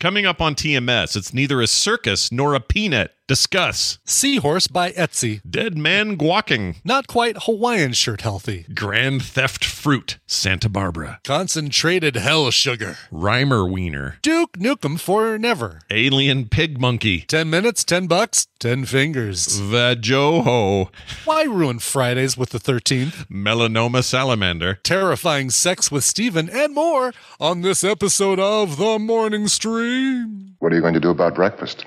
Coming up on TMS, it's neither a circus nor a peanut. Discuss Seahorse by Etsy. Dead Man Guaking, Not quite Hawaiian shirt healthy. Grand Theft Fruit, Santa Barbara, Concentrated hell sugar. Rhymer Wiener, Duke Nukem for never. Alien Pig Monkey, 10 minutes, 10 bucks, 10 fingers. Vajoho, Why ruin Fridays with the 13th? Melanoma Salamander, Terrifying sex with Steven and more on this episode of The Morning Stream. What are you going to do about breakfast?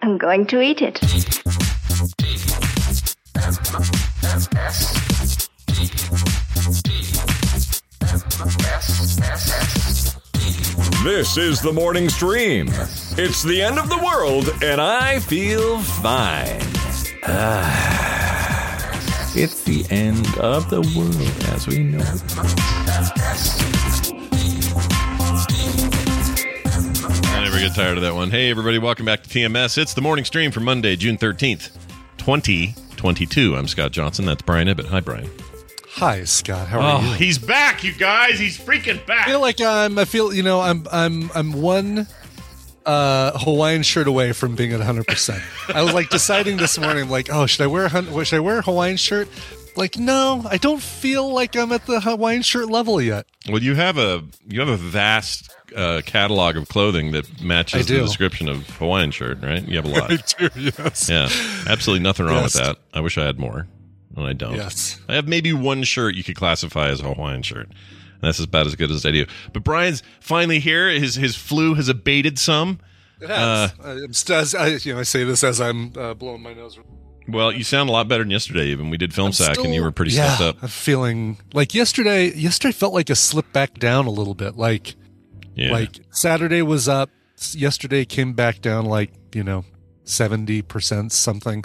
I'm going to eat it. This is the morning stream. It's the end of the world, and I feel fine. Ah, it's the end of the world as we know it. I never get tired of that one. Hey, everybody, welcome back to TMS. It's the morning stream for Monday, June 13th, 2022. I'm Scott Johnson. That's Brian Ibbett. Hi, Brian. Oh, Hi, Scott. How are you? he's back, you guys. He's freaking back. I feel like I'm. I feel you know. I'm. I'm. I'm one uh, Hawaiian shirt away from being at 100. percent I was like deciding this morning, like, oh, should I wear a hun- should I wear a Hawaiian shirt? Like, no, I don't feel like I'm at the Hawaiian shirt level yet. Well, you have a you have a vast uh, catalog of clothing that I matches the do. description of Hawaiian shirt, right? You have a lot. do. Yes. yeah, absolutely nothing wrong Yes. with that. I wish I had more, and I don't. Yes. I have maybe one shirt you could classify as a Hawaiian shirt, and that's about as good as I do. But Brian's finally here. His his flu has abated some. It Uh, has. I'm st- as, I, you know, I say this as I'm uh, blowing my nose. Well, you sound a lot better than yesterday. Even we did film sack, and you were pretty yeah, stuffed up. I'm feeling like yesterday. Yesterday felt like a slip back down a little bit. Like, Yeah. like Saturday was up. s- Yesterday came back down like you know seventy percent something,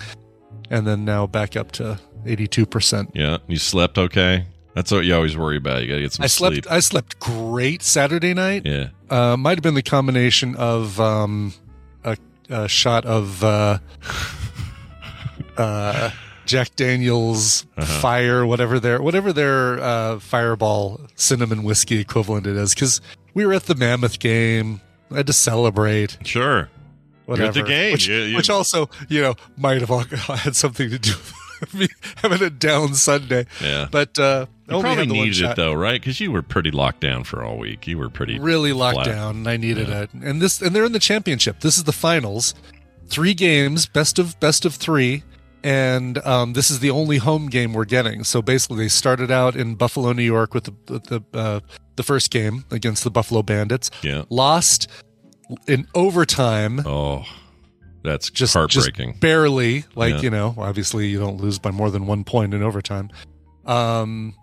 and then now back up to eighty two percent. yeah. You slept okay. That's what you always worry about. You gotta get some I slept. sleep. I slept great Saturday night. yeah. Uh, might have been the combination of um, a, a shot of uh, uh, Jack Daniel's Uh-huh. fire, whatever their whatever their uh, Fireball cinnamon whiskey equivalent it is. Because we were at the Mammoth game. I had to celebrate. Sure. whatever. the game. Which, You- you- which also, you know, might have all, had something to do with me having a down Sunday. Yeah. But uh, I You only probably had the one needed it shot. though, right? Because you were pretty locked down for all week. You were pretty Really locked flat. down. and I needed it. And this, and they're in the championship. This is the finals. Three games, best of best of three. And um, this is the only home game we're getting. So basically, they started out in Buffalo, New York, with the with the uh, the first game against the Buffalo Bandits. Yeah. Lost in overtime. Oh, that's just heartbreaking. just barely like Yeah. you know obviously you don't lose by more than one point in overtime um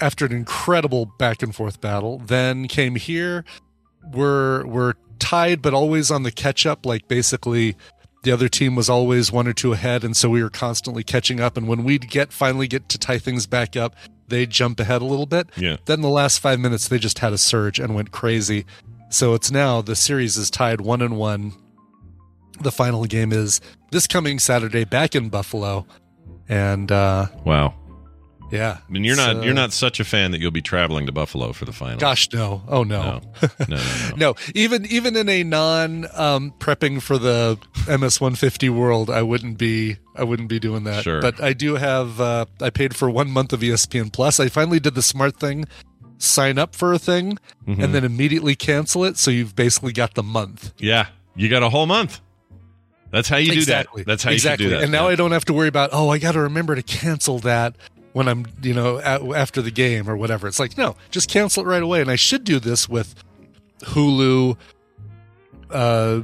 after an incredible back and forth battle then came here we're we're tied but always on the catch up like basically the other team was always one or two ahead and so we were constantly catching up and when we'd get finally get to tie things back up they jump ahead a little bit Yeah. then the last five minutes they just had a surge and went crazy so it's now the series is tied one and one the final game is this coming Saturday back in Buffalo. And uh wow. yeah. I mean, you're not So- you're not such a fan that you'll be traveling to Buffalo for the final. uh, gosh no. Oh no, no. no, no, no. No, even even in a non um prepping for the MS150 world, I wouldn't be I wouldn't be doing that. Sure. E But I do have uh I paid for 1 month of ESPN Plus. I finally did the smart thing. sign up for a thing Mm-hmm. and then immediately cancel it. So you've basically got the month. Yeah, you got a whole month. That's how you do that. That's how exactly. you should do that. And now Yeah. I don't have to worry about, oh, I got to remember to cancel that when I'm, you know, at, after the game or whatever. It's like, no, just cancel it right away. And I should do this with Hulu, uh,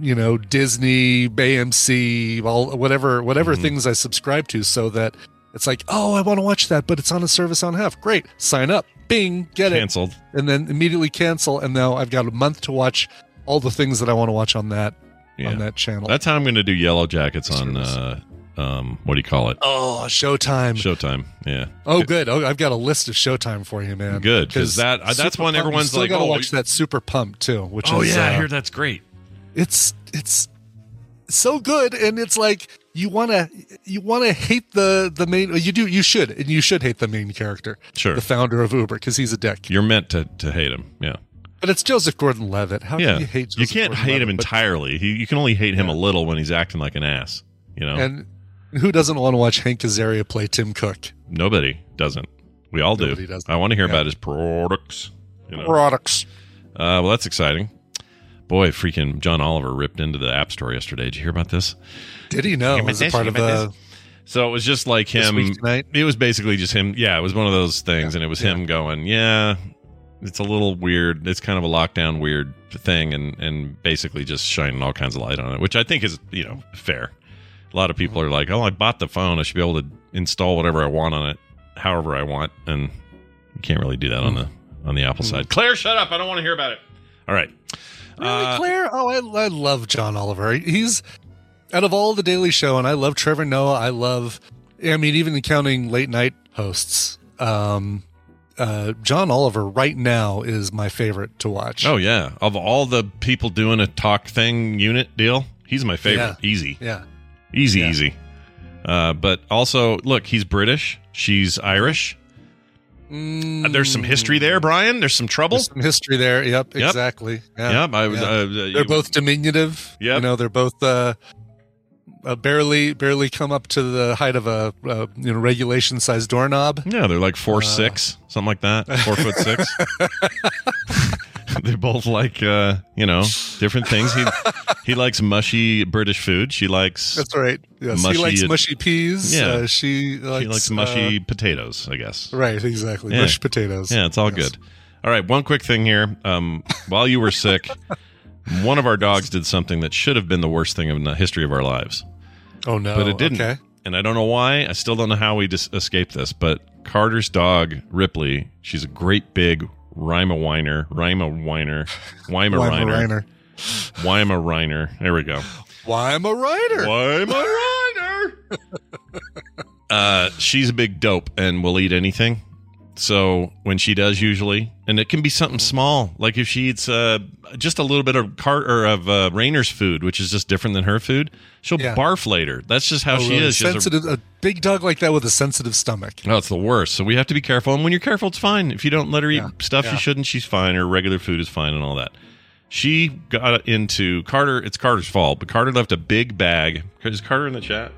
you know, Disney, AMC, all whatever, whatever Mm-hmm. things I subscribe to so that it's like, oh, I want to watch that, but it's on a service on half. Great. Sign up. Bing, get it canceled. and then immediately cancel and now i've got a month to watch all the things that i want to watch on that Yeah. on that channel That's how I'm going to do Yellow Jackets on Service. uh, um, what do you call it? oh showtime Showtime. Yeah. oh good oh i've got a list of showtime for you man Good, 'cause that- uh, that's Super one Pump- you everyone's still like, gotta oh, watch you- that super pump too which Oh is yeah, I uh, hear that's great. it's it's so good and it's like you want to you want to hate the the main you do you should and you should hate the main character Sure. the founder of uber because he's a dick You're meant to to hate him. Yeah. but it's joseph gordon-levitt how yeah. can you hate joseph can't hate him Gordon-Levitt? But- entirely. He, you can only hate him a little when he's acting like an ass. You know, And who doesn't want to watch Hank Azaria play Tim Cook? nobody doesn't. We all do. Nobody doesn't. I want to hear Yeah. about his products. You know? Products. Uh, well, that's exciting. Boy, freaking John Oliver ripped into the App Store yesterday. Did you hear about this? Did he know? You It meant was a this, part you of meant a this. So it was just like This him. Week Tonight? It was basically just him. Yeah, it was one of those things, and it was him going, "Yeah, it's a little weird. It's kind of a lockdown weird thing," and and basically just shining all kinds of light on it, which I think is you know fair. A lot of people are like, "Oh, I bought the phone. I should be able to install whatever I want on it, however I want," and you can't really do that on the on the Apple Hmm. side. Claire, shut up! I don't want to hear about it. All right. really Uh, Claire? Oh, I, I love John Oliver. He's out of all the Daily Show, and I love Trevor Noah. I love, I mean, even counting late night hosts. Um, uh, John Oliver right now is my favorite to watch. Oh yeah, of all the people doing a talk thing unit deal, he's my favorite. Easy, yeah, easy, Yeah. easy. Uh, but also, look, he's British. She's Irish. Uh, There's some history there, Brian. There's some trouble. Mm. There's some history there. Yep, Yep. exactly. Yeah. yep, I was. Yeah. Uh, uh, they're you- both diminutive. Yep. You know, they're both uh, uh, barely barely come up to the height of a uh, you know regulation size doorknob. Yeah, they're like Uh. four six, something like that. Four foot six. they're both like uh, you know different things. He he likes mushy British food. She likes That's right. Yes, Mushy- he likes mushy peas. Yeah. Uh, she likes, she likes mushy potatoes. I guess. uh, right. Exactly. Yeah. Mushed potatoes. Yeah, it's all Yes. good. All right, one quick thing here. Um, while you were sick, one of our dogs did something that should have been the worst thing in the history of our lives, Oh no. but it didn't. Okay. And I don't know why. I still don't know how we dis- escaped this. But Carter's dog Ripley, she's a great big Rima Weiner, Rima Weiner, Weimar Why am a Reiner, Reiner? Weimar Reiner. There we go. Why am a Reiner? Weimar Reiner. uh, she's a big dope and will eat anything. So when she does, usually, and it can be something small, like if she eats uh, just a little bit of cart or of uh, Rainer's food, which is just different than her food, she'll Yeah. barf later. That's just how Oh, she really? is. She's a- sensitive. A, big dog like that with a sensitive stomach. no, it's the worst. So we have to be careful. And when you're careful, it's fine. If you don't let her eat Yeah. stuff she Yeah. shouldn't, she's fine. Her regular food is fine and all that. She got into Carter. It's Carter's fault, but Carter left a big bag. Is Carter in the chat?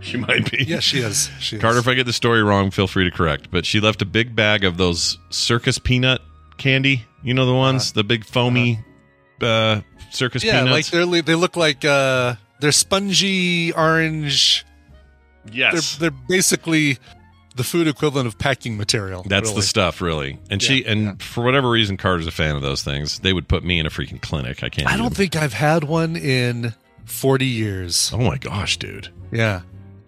She might be. Yeah, she is. She is. Carter, if I get the story wrong, feel free to correct. But she left a big bag of those circus peanut candy. You know the ones, the big foamy uh, circus Uh-huh. Yeah, peanuts. like they're li- they look like uh, they're spongy orange. yes, they're, they're basically the food equivalent of packing material. That's really. the stuff, really. And she and for whatever reason, Carter's a fan of those things. They would put me in a freaking clinic. I can't. I even- don't think I've had one in 40 years. Oh my gosh, dude! Yeah,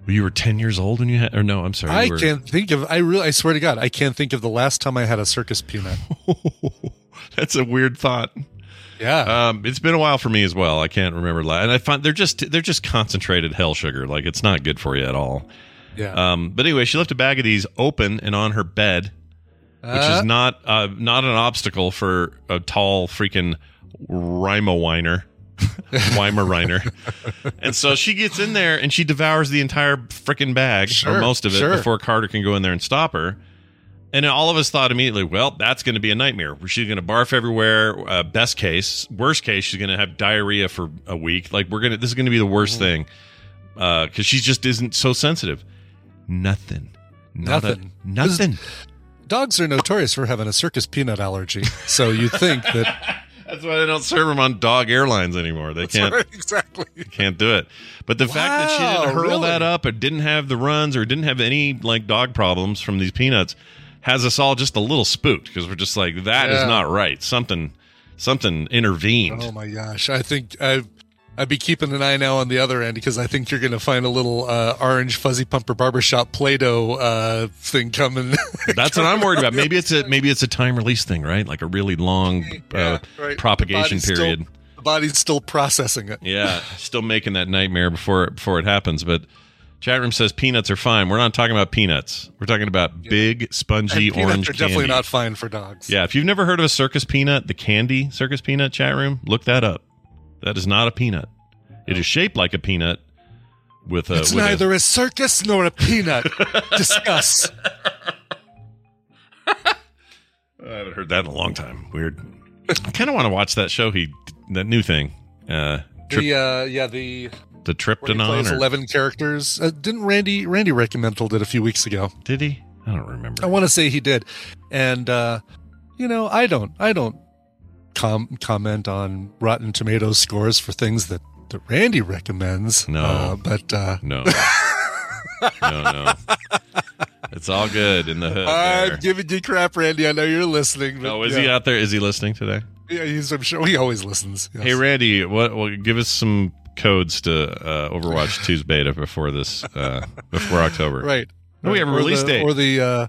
You were ten years old when you had, or no? I'm sorry. I you were- can't think of. I really, I swear to God, I can't think of the last time I had a circus peanut. That's a weird thought. Yeah, Um, it's been a while for me as well. I can't remember. La- and I find they're just they're just concentrated hell sugar. Like it's not good for you at all. yeah. Um, but anyway, she left a bag of these open and on her bed, which Uh, is not uh, not an obstacle for a tall freaking Rima Weiner. Weimer Reiner. and so she gets in there and she devours the entire freaking bag or Sure, most of it sure. before Carter can go in there and stop her. And then all of us thought immediately, well, that's going to be a nightmare. She's going to barf everywhere. Uh, best case, worst case, she's going to have diarrhea for a week. Like we're gonna, this is going to be the Mm-hmm. worst thing because she just isn't so sensitive. Nothing, Not a- Nothing. nothing. Dogs are notorious for having a circus peanut allergy, so you think that That's why they don't serve them on dog airlines anymore. They can't exactly. can't do it. But the fact that she Wow, didn't hurl really? that up or didn't have the runs or didn't have any like dog problems from these peanuts has us all just a little spooked because we're just like that is Yeah. not right. Something something intervened. Oh my gosh! I think I I'd be keeping an eye now on the other end because I think you're going to find a little uh, orange fuzzy pumper barbershop Play-Doh uh, thing coming. That's what I'm worried about. Maybe it's a maybe it's a time release thing, right? Like a really long uh, right. propagation The body's still- period. the body's still processing it. yeah, still making that nightmare before before it happens. But chat room says peanuts are fine. We're not talking about peanuts. We're talking about big spongy And peanuts orange are definitely candy. not fine for dogs. Yeah, if you've never heard of a circus peanut, the candy circus peanut chat room, look that up. That is not a peanut. It is shaped like a peanut with a. it's uh, with a- neither a circus nor a peanut. Discuss. I haven't heard that in a long time. Weird. I kind of want to watch that show. He that new thing, uh, trip, The uh, yeah the the where he plays Triptynon, or eleven characters. Uh, didn't Randy Randy Recommended it a few weeks ago? did he? I don't remember. I want to say he did, and uh, you know, I don't, I don't com- comment on Rotten Tomatoes scores for things that that Randy recommends. No. uh, but uh, No. no, no. It's all good in the hood. there. I'm giving you crap, Randy. I know you're listening. But Oh, is yeah. he out there? Is he listening today? Yeah, he's, I'm sure he always listens. yes. Hey, Randy, what? Well, give us some codes to uh, Overwatch 2's beta before this, uh, before October. right? No, we have a Or release the- date. or the uh,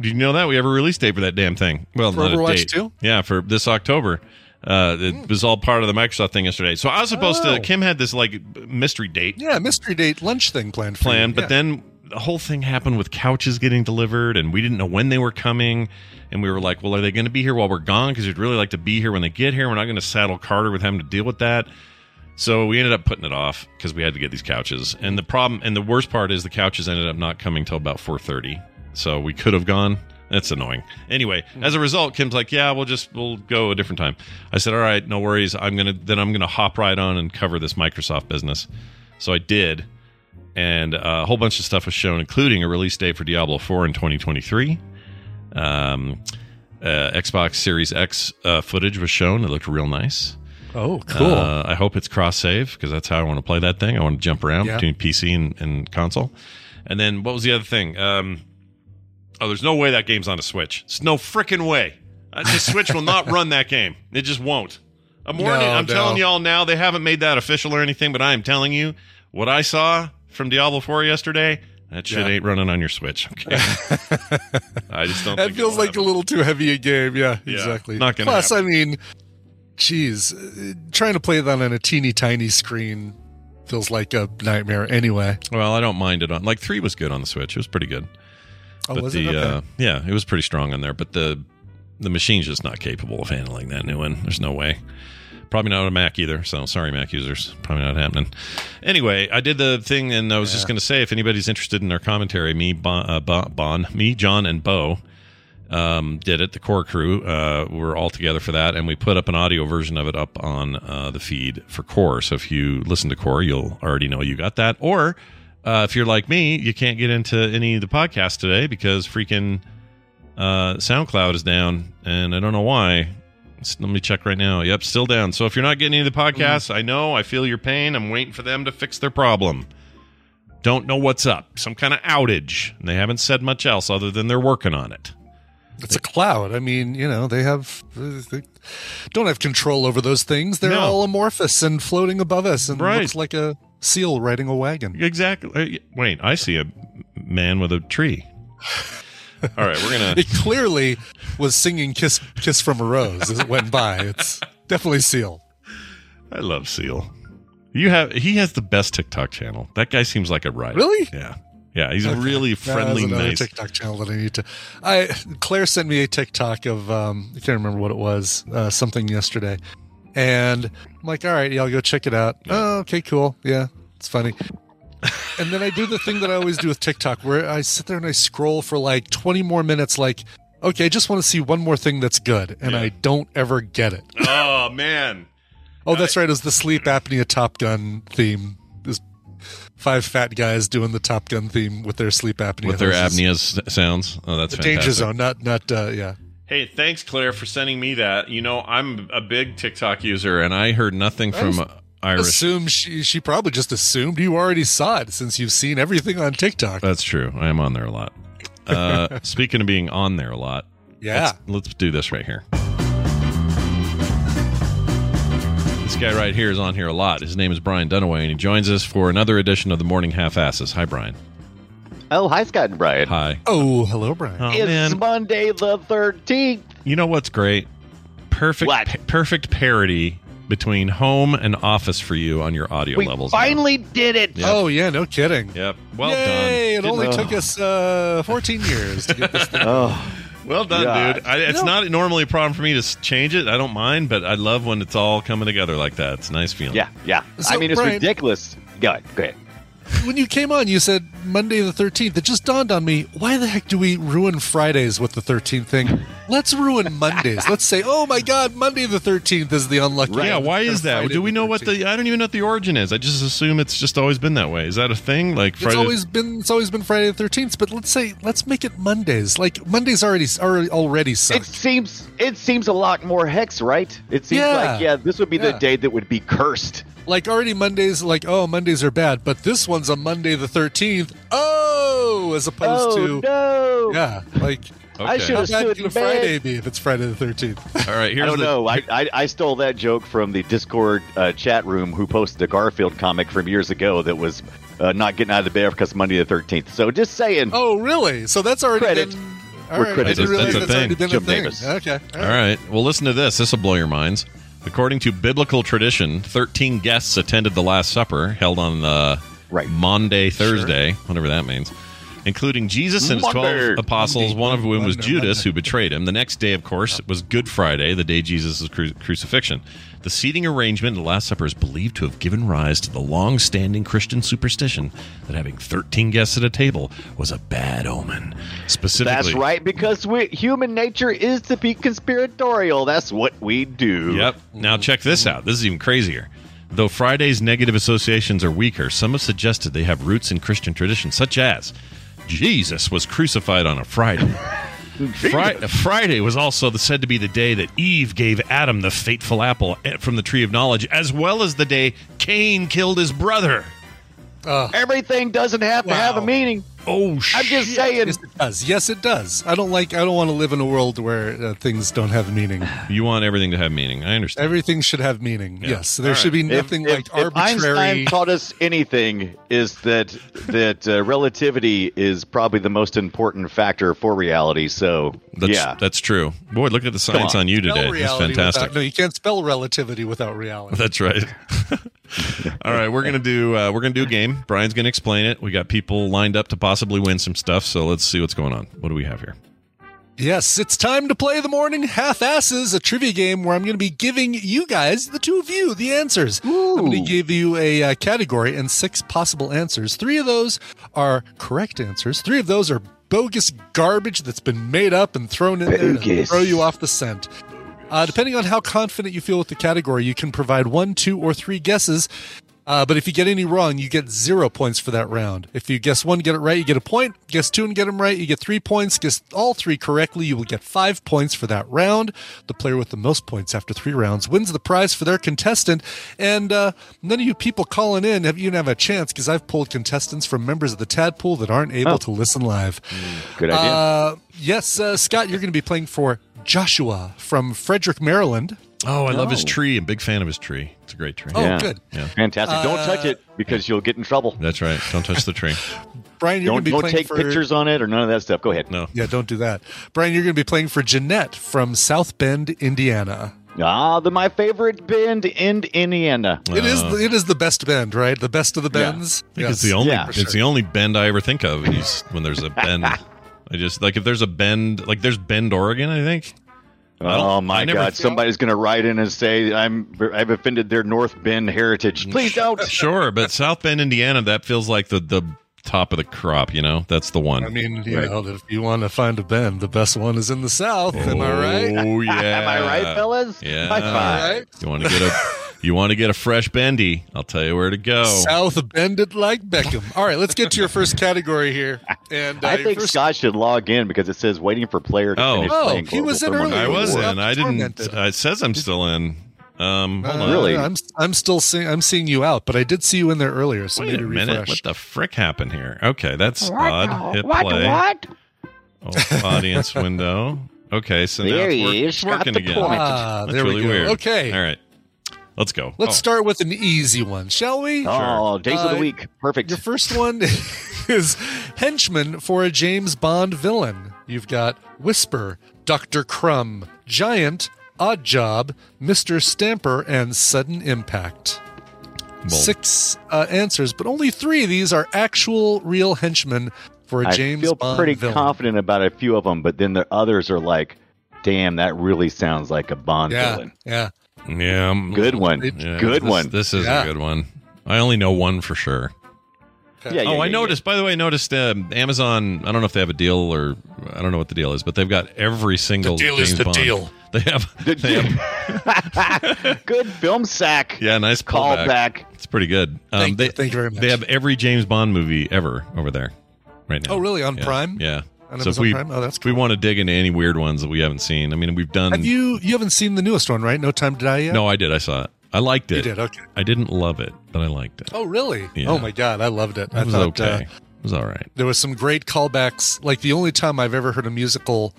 Do you know that we have a release date for that damn thing? Well, For not a Overwatch date. 2? Yeah, for this October. Uh, it was all part of the Microsoft thing yesterday. So I was supposed Oh. to. Kim had this like mystery date yeah mystery date lunch thing planned. for plan, you, but yeah. then the whole thing happened with couches getting delivered, and we didn't know when they were coming. And we were like, "Well, are they going to be here while we're gone? Because we'd really like to be here when they get here. We're not going to saddle Carter with having to deal with that." So we ended up putting it off because we had to get these couches. And the problem, and the worst part is, the couches ended up not coming till about four thirty. So we could have gone. That's annoying. Anyway, as a result, Kim's like, "Yeah, we'll just we'll go a different time." I said, "All right, no worries. I'm gonna then I'm gonna hop right on and cover this Microsoft business." So I did and uh, a whole bunch of stuff was shown, including a release date for Diablo 4 in 2023. Um, uh, Xbox Series X uh, footage was shown. It looked real nice. oh cool. Uh, I hope it's cross save because that's how I want to play that thing. I want to jump around Yeah. between PC and, and console. And then what was the other thing? Um, oh, there's no way that game's on a Switch. It's no freaking way. Uh, The Switch will not run that game. It just won't. I'm warning. No, I'm no. telling y'all now. They haven't made that official or anything, but I am telling you what I saw from Diablo 4 yesterday. That shit Yeah. ain't running on your Switch. Okay. I just don't. That think feels it'll like a happen. little too heavy a game. Yeah, Yeah, exactly. not gonna Plus, happen. I mean, geez, uh, trying to play that on a teeny tiny screen feels like a nightmare. Anyway, Well, I don't mind it on. Like three was good on the Switch. It was pretty good. oh, but was the it? Okay. uh, yeah, it was pretty strong on there. But the the machine's just not capable of handling that new one. There's no way. Probably not on a Mac either. So sorry, Mac users. Probably not happening. Anyway, I did the thing, and I was just going to say, if anybody's interested in our commentary, me, Bon, uh, Bon, bon me, John, and Bo um, did it. The core crew uh, were all together for that, and we put up an audio version of it up on uh, the feed for core. So if you listen to core, you'll already know you got that. Or uh, if you're like me, you can't get into any of the podcasts today because freaking uh, SoundCloud is down, and I don't know why. S- Let me check right now. Yep, still down. So if you're not getting any of the podcasts, I know I feel your pain. I'm waiting for them to fix their problem. Don't know what's up. Some kind of outage. And they haven't said much else other than they're working on it. it's a cloud. I mean, you know, they have uh, they don't have control over those things. They're No. all amorphous and floating above us, and Right. looks like a seal riding a wagon. Exactly. Wait, I see a man with a tree. All right, we're gonna. It clearly was singing "Kiss Kiss from a Rose" as it went by. It's definitely seal. I love Seal. You have. He has the best TikTok channel. That guy seems like a riot. Really? Yeah. Yeah. He's Okay. really Yeah, that's friendly, another nice. TikTok channel that I need to. I Claire sent me a TikTok of um, I can't remember what it was, uh, something yesterday, and I'm like, all right, yeah, I'll go check it out. Oh, okay, cool, yeah, it's funny. and then I do the thing that I always do with TikTok, where I sit there and I scroll for like 20 more minutes, like, okay, I just want to see one more thing that's good, and Yeah. I don't ever get it. Oh man. Oh, that's right, it was the sleep apnea Top Gun theme. Is five fat guys doing the Top Gun theme with their sleep apnea. with their hoses. apnea s- sounds. Oh, that's The danger fantastic. zone, not not uh, yeah. Hey, thanks, Claire, for sending me that. You know, I'm a big TikTok user, and I heard nothing from uh, Irish. Assume she she probably just assumed you already saw it since you've seen everything on TikTok. That's true. I am on there a lot. Uh, speaking of being on there a lot, yeah, let's, let's do this right here. This guy right here is on here a lot. His name is Brian Dunaway, and he joins us for another edition of the Morning Half Asses. Hi, Brian. Oh, hi, Scott and Brian. Hi. Oh, hello, Brian. Oh, it's man. Monday the 13th. You know what's great? Perfect, What? pa- perfect parody between home and office for you on your audio We levels. now. finally did it. Yeah. Oh yeah, no kidding. Yep. Well Yay, done. It only Didn't- took us uh, 14 years to get this thing. Oh, Well done, Yeah. dude. I, it's not normally a problem for me to s- change it. I don't mind, but I love when it's all coming together like that. It's a nice feeling. yeah, yeah. So, I mean, it's Brian- ridiculous. Go ahead. Go ahead. When you came on, you said Monday the 13th. It just dawned on me, why the heck do we ruin Fridays with the 13th thing? Let's ruin Mondays. Let's say, oh my God, Monday the 13th is the unlucky. Yeah, one. why is that? Friday Do we know what 13th. the I don't even know what the origin is. I just assume it's just always been that way. Is that a thing? Like It's always been it's always been Friday the 13th, but let's say let's make it Mondays. Like Mondays already already already It sucked. seems it seems a lot more hex, right? It seems Yeah. like yeah, this would be the Yeah. day that would be cursed. Like already Mondays like oh, Mondays are bad, but this one's a Monday the 13th. Oh, as opposed oh to no! yeah, like I Okay. should How have bad stood can in a bed. Friday be if it's Friday the 13th? All right, here's I don't the, know. I, I I stole that joke from the Discord uh, chat room who posted a Garfield comic from years ago that was uh, not getting out of bed because Monday the thirteenth. So just saying. oh, really? So that's already Credit. been. All We're right, I credited. didn't realize That's a that's, already thing. been Jim a thing. Davis. Okay. All right. Well, listen to this. This will blow your minds. According to biblical tradition, 13 guests attended the Last Supper held on uh, Right. Monday, Thursday, whatever that means, including Jesus and his Monday. 12 apostles, Monday, one of whom was Monday, Judas, Monday. who betrayed him. The next day, of course, was Good Friday, the day Jesus' cru- crucifixion. The seating arrangement at the Last Supper is believed to have given rise to the long standing Christian superstition that having 13 guests at a table was a bad omen. Specifically, That's right, because we, human nature is to be conspiratorial. That's what we do. Yep. Now check this out. This is even crazier. Though Friday's negative associations are weaker, some have suggested they have roots in Christian tradition, such as Jesus was crucified on a Friday. Fri- Friday was also the, said to be the day that Eve gave Adam the fateful apple eh, from the tree of knowledge, as well as the day Cain killed his brother. Everything doesn't have to have a Wow. meaning. Oh, shit. I'm just saying. Yes, it does. Yes, it does. I don't like. I don't want to live in a world where uh, things don't have meaning. You want everything to have meaning. I understand. Everything should have meaning. Yeah. Yes, there All should be If- nothing if- like if arbitrary. Einstein taught us anything is that that uh, relativity is probably the most important factor for reality. So that's, yeah, that's true. Boy, look at the science on. on. you Spell today. It's reality fantastic. without- no, you can't spell relativity without reality. That's right. All right, we're gonna do uh, we're gonna do a game. Brian's gonna explain it. We got people lined up to possibly win some stuff, so let's see what's going on. What do we have here? Yes, it's time to play the morning half asses, a trivia game where I'm going to be giving you guys, the two of you, the answers. I'm going to give you a uh, category and six possible answers. Three of those are correct answers. Three of those are bogus garbage that's been made up and thrown in there to Bogus. throw you off the scent. Uh, depending on how confident you feel with the category, you can provide one, two, or three guesses. Uh, but if you get any wrong, you get zero points for that round. If you guess one, get it right, you get a point. Guess two and get them right, you get three points. Guess all three correctly, you will get five points for that round. The player with the most points after three rounds wins the prize for their contestant. And uh, none of you people calling in have even have a chance because I've pulled contestants from members of the tadpool that aren't able to listen live. Mm, good idea. Uh, yes, uh, Scott, you're going to be playing for Joshua from Frederick, Maryland. Oh, I love his tree. I'm a big fan of his tree. It's a great tree. Oh, Yeah. good. Yeah. Fantastic. Uh, don't touch it because you'll get in trouble. That's right. Don't touch the tree. Brian, you're going Don't, to be don't playing take for pictures on it or none of that stuff. Go ahead. No. Yeah, don't do that. Brian, you're going to be playing for Jeanette from South Bend, Indiana. Ah, the my favorite band in Indiana. It is the, it is the best bend, right? The best of the Yeah. bends. I Uh, think it's the only Yeah, for it's the only bend I ever think of is when there's a bend. I just like if there's a bend like there's Bend, Oregon, I think. I don't- Oh my I never- God! Somebody's gonna write in and say I'm I've offended their North Bend heritage. Please don't. Sure, but South Bend, Indiana, that feels like the the top of the crop, you know? That's the one. I mean, you know, if you want to find a bend, the best one is in the South. Am I right? Oh uh, yeah. Am I right, fellas? Yeah. High five. All right. You want to get a You want to get a fresh bendy? I'll tell you where to go. South bended like Beckham. All right, let's get to your first category here. And uh, I your think first- Scott should log in because it says waiting for player to Oh. finish Oh, playing. he Global was in Thermal- earlier. I wasn't. Well, I didn't. tormented. Uh, it says I'm still in. Um, hold Uh, on. Really? I'm I'm still seeing I'm seeing you out, but I did see you in there earlier, so Wait maybe a minute. refresh. What the frick happened here? Okay, that's odd. Hit play. Oh, audience window. Okay, so now There it's, he work- is. it's Got working the again. point. Ah, That's there we really go. weird. Okay, All right, let's go. let's Oh, start with an easy one, shall we? Oh, days of Uh, the week. Perfect. Your first one is henchman for a James Bond villain. You've got Whisper, Doctor Crumb, Giant, Odd Job, Mister Stamper, and Sudden Impact. bold. Six uh, answers, but only three of these are actual real henchmen for a I James feel Bond pretty villain. confident about a few of them, but then the others are like, damn, that really sounds like a Bond Yeah, villain. yeah. Yeah, I'm- Good one. yeah, good this- one. This is Yeah. a good one. I only know one for sure. Yeah, yeah, oh, I yeah, noticed. By the way, I noticed um, Amazon. I don't know if they have a deal or I don't know what the deal is, but they've got every single deal is James the Bond. deal. They have. The they have- yeah. good film sack. yeah, nice Call callback. back. It's pretty good. Um, Thank, they, you, thank you very much. They have every James Bond movie ever over there right now. oh, really? On Yeah. Prime? Yeah. On so if Amazon we Prime? Oh, that's if we want to dig into any weird ones that we haven't seen, I mean, we've done. Have you? You haven't seen the newest one, right? No Time to Die yet. No, I did. I saw it. I liked it. you did. Okay. I didn't love it, but I liked it. Oh, really? Yeah. Oh my God, I loved it. it I was thought okay. uh, it was all right. there was some great callbacks. Like the only time I've ever heard a musical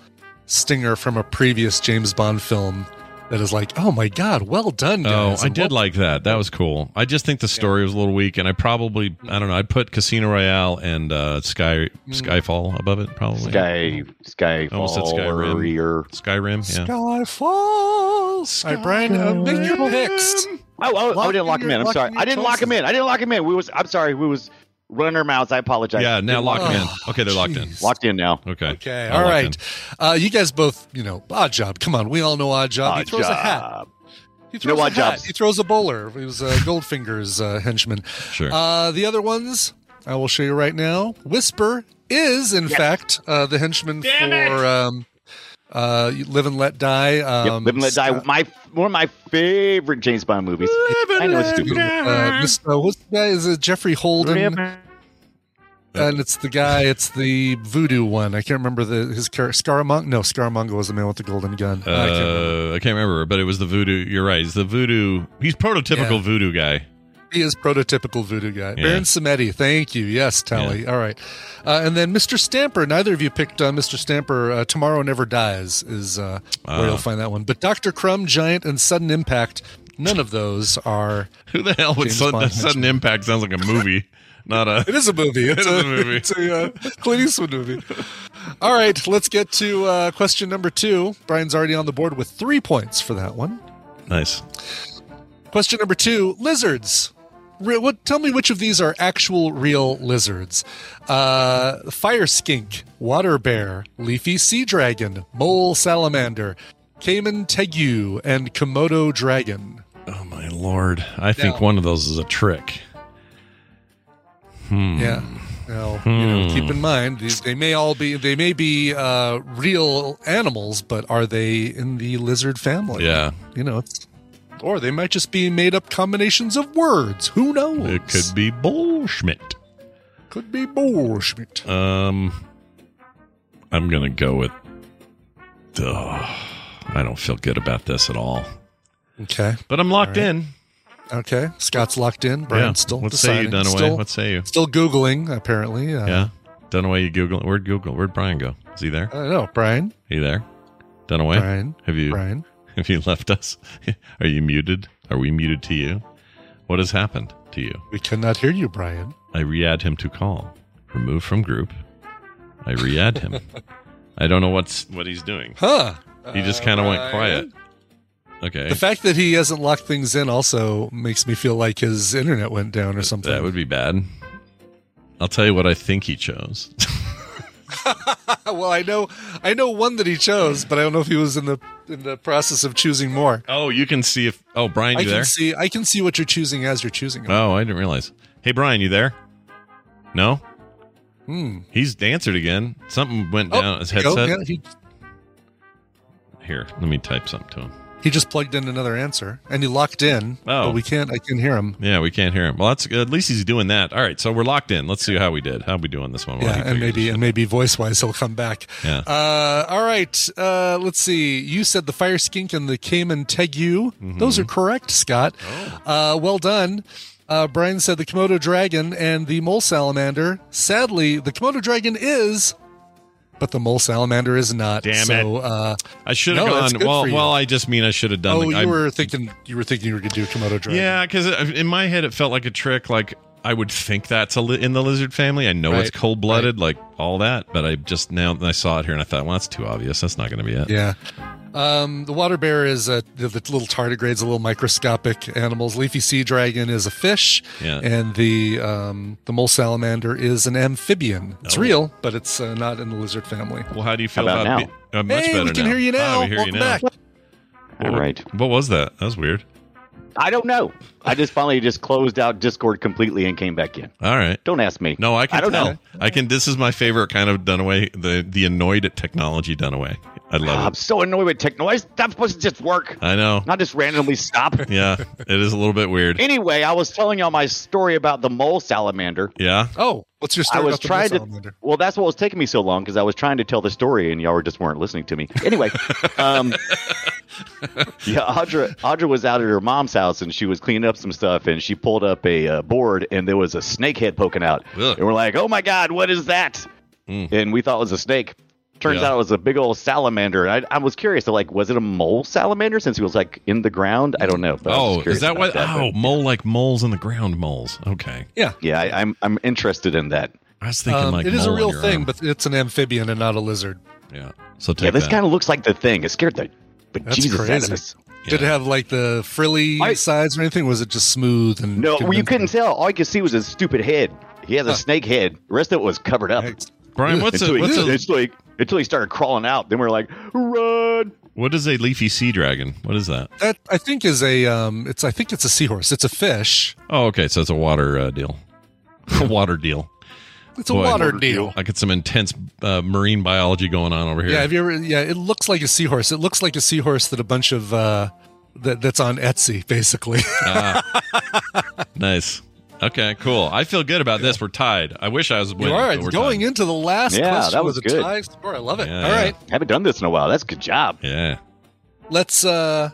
stinger from a previous James Bond film that is like, oh my God, well done, Oh, guys. I And did well- like that. That was cool. I just think the story was a little weak, and I probably I don't know. I'd put Casino Royale and uh, Sky Mm. Skyfall above it, probably. Sky, Sky, Almost said Skyrim. Warrior. Skyrim, yeah. Skyfall. All right, Brian, uh, make your picks. Oh, oh, oh, I Lock didn't in lock him your- in. I'm lock sorry. in your I didn't lock him choices. in. I didn't lock him in. We was. I'm sorry. We was running our mouths. I apologize. Yeah. Now Didn't lock lock them him in. Okay, they're locked in. Jeez. Locked in now. Okay. Okay, I'll all lock right. Uh, you guys both, you know, odd job. Come on, we all know odd job. he Odd throws a hat. job. He No throws a odd hat. jobs. He throws a bowler. He was uh, Goldfinger's uh, henchman. Sure. Uh, the other ones I will show you right now. Whisper is, in fact, uh, the henchman for um, uh, Live and Let Die. Yep, Um, Live and Let Die. Scott- My one of my favorite James Bond movies. I know it's stupid. Uh, this, uh, what's the guy? Is it Jeffrey Holden? And it's the guy. It's the voodoo one. I can't remember the his character. Scaramanga. No, Scaramanga was the man with the golden gun. I can't remember. Uh, I can't remember, but it was the voodoo. You're right. It's the voodoo. He's prototypical Yeah. voodoo guy. He is prototypical voodoo guy. Yeah. Baron Samedi, thank you. Yes, Tally. All right. Uh, and then Mr. Stamper. Neither of you picked uh, Mr. Stamper. Uh, Tomorrow Never Dies is uh, where Ah. you'll find that one. But Dr. Crumb, Giant, and Sudden Impact, none of those are. Who the hell would James sudden, Bond sudden impact sounds like a movie, not It a. is a movie. It's It is a movie. It's a uh, Clint Eastwood movie. All right, let's get to uh, question number two. Brian's already on the board with three points for that one. Nice. Question number two: Lizards. Re- what? Tell me which of these are actual real lizards? Uh, fire skink, water bear, leafy sea dragon, mole salamander, caiman tegu, and komodo dragon. Oh my lord! I think Yeah. one of those is a trick. Hmm. Yeah. Now, you know, keep in mind these, they may all be they may be uh, real animals, but are they in the lizard family? Yeah. You know, it's, or they might just be made up combinations of words. Who knows? It could be bullshit. could be bullshit. Um, I'm gonna go with. Ugh, I don't feel good about this at all, Okay. but I'm locked All right. in. Okay, Scott's locked in. Brian's yeah. still what say you, deciding. Dunaway? Still, what say you? still googling. Apparently, uh, yeah, Dunaway. You Google. Where'd Google? Where'd Brian go? Is he there? I don't know. Brian, Are you there? Dunaway. Brian, Have you Brian. have you left us? Are you muted? Are we muted to you? What has happened to you? We cannot hear you, Brian. I re-add him to call. Remove from group. I re-add him. I don't know what's what he's doing. Huh? He just kind of went quiet. eh? Okay. The fact that he hasn't locked things in also makes me feel like his internet went down or something. That would be bad. I'll tell you what I think he chose. well, I know, I know one that he chose, but I don't know if he was in the in the process of choosing more. oh, you can see if. Oh, Brian, I you can there? see, I can see what you're choosing as you're choosing. it. Oh, I didn't realize. Hey, Brian, you there? No, Hmm. he's answered again. Something went Oh, down his there you go. headset. Yeah, he- Here, let me type something to him. He just plugged in another answer and he locked in. Oh. but we can't. I can hear him. Yeah, we can't hear him. Well, that's good. At least he's doing that. All right, so we're locked in. Let's see how we did. How we doing this one? while Oh, he yeah, and figures maybe this and maybe voice wise he'll come back. Yeah. Uh, all right. Uh, let's see. You said the fire skink and the Cayman tegu. Those Mm-hmm. are correct, Scott. Oh. Uh, well done. Uh, Brian said the Komodo dragon and the mole salamander. Sadly, the Komodo dragon is, but the mole salamander is not. Damn so, it. Uh, I should have No, that's gone. good Well, for you. well, I just mean I should have done. oh, the, you I- were thinking you were thinking you were going to do Komodo dragon. Yeah, because in my head it felt like a trick. Like I would think that's a li- in the lizard family. I know it's Right, cold blooded, like all that. But I just now I saw it here and I thought, well, that's too obvious. That's not going to be it. Yeah. Um, the water bear is a, the, the little tardigrades, a little microscopic animals. Leafy sea dragon is a fish, Yeah. and the um, the mole salamander is an amphibian. It's Oh. real, but it's uh, not in the lizard family. Well, how do you feel How about about? now? be- uh, much hey, better we can now. hear you now. Ah, we hear Welcome you now. back. All right. What was that? That was weird. I don't know. I just finally just closed out Discord completely and came back in. All right. Don't ask me. No, I can I don't tell. know. I can. This is my favorite kind of Dunaway. The the annoyed at technology Dunaway. Ah, I love I'm it. so annoyed with techno. Why is that supposed to just work? I know. Not just randomly stop. Yeah, it is a little bit weird. anyway, I was telling y'all my story about the mole salamander. Yeah. Oh, what's your I story was about the mole trying to. salamander? Well, that's what was taking me so long because I was trying to tell the story and y'all were just weren't listening to me. Anyway, um, yeah, Audra, Audra was out at her mom's house and she was cleaning up some stuff and she pulled up a uh, board and there was a snake head poking out. Ugh. And we're like, oh my God, what is that? Mm. And we thought it was a snake. Turns Yeah. out it was a big old salamander. And I, I was curious, like, was it a mole salamander since he was like in the ground? I don't know. But I was Oh, curious is that about what? that, but- oh, mole like moles in the ground. Moles. Okay. Yeah, Yeah, I, I'm I'm interested in that. I was thinking Um, like it is a mole on real your thing, arm. but it's an amphibian and not a lizard. yeah. So take yeah, this that. kind of looks like the thing. It scared the but That's Jesus out of crazy. us. Did it have like the frilly I- sides or anything? Was it just smooth and No, well, you convincing? couldn't tell. All you could see was his stupid head. He has a snake head. The rest of it was covered up. Right. Brian, Ugh. what's a, until, what's he, a, until, he, until he started crawling out. Then we were like, run. what is a leafy sea dragon? What is that? That I think is a um. It's I think it's a seahorse. It's a fish. Oh, okay. So it's a water uh, deal. A water deal. It's a Boy, water water deal. I get some intense uh, marine biology going on over here. Yeah, have you ever? Yeah, it looks like a seahorse. It looks like a seahorse that a bunch of uh, that that's on Etsy, basically. nice. Okay, cool. I feel good about this. We're tied. I wish I was winning. you are but we're going tied. into the last Yeah, question that was with a good. tie score. I love it. Yeah, All yeah. right, Haven't done this in a while. That's a good job. Yeah. let's uh,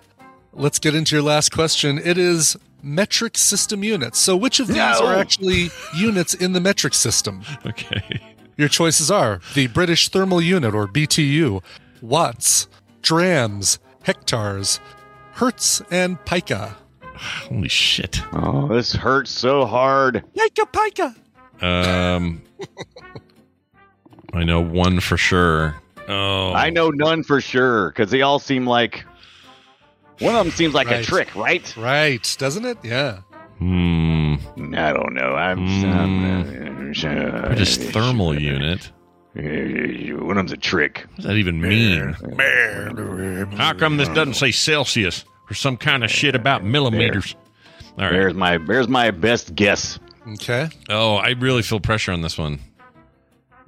let's get into your last question. It is metric system units. So, which of these No. are actually units in the metric system? Okay. Your choices are the British Thermal Unit or BTU, watts, drams, hectares, hertz, and pica. Holy shit. Oh, this hurts so hard. Pica, pica. Um, I know one for sure. Oh, I know none for sure because they all seem like one of them seems like Right. a trick, right? Right, doesn't it? Yeah. Hmm. I don't know. I'm, I'm- uh, British thermal unit. uh, One of them's a trick. What does that even mean? How come this doesn't say Celsius or some kind of shit about millimeters? All right. There's my there's my best guess. Okay. Oh, I really feel pressure on this one.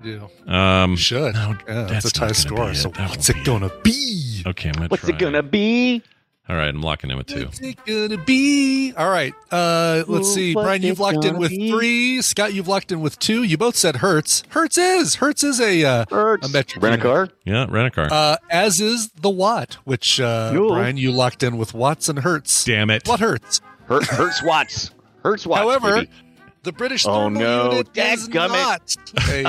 You Um. should. No, yeah, that's that's a tie not gonna score. be it. So That what's won't it be gonna be? Okay, I'm gonna What's try. it gonna be? All right, I'm locking in with two. What's it gonna be? All right. Uh, let's Ooh, see. what's Brian, you've it locked in gonna with be? three. Scott, you've locked in with two. You both said Hertz. Hertz is Hertz is a uh, a metric Rent a unit. car. Yeah, rent a car. Uh, as is the watt, which uh, No. Brian, you locked in with watts and hertz. Damn it. What hertz? Hurt, hurts Watts. Hurts Watts. However, baby. the British Oh, thermal no. unit is Dadgummit. not. A,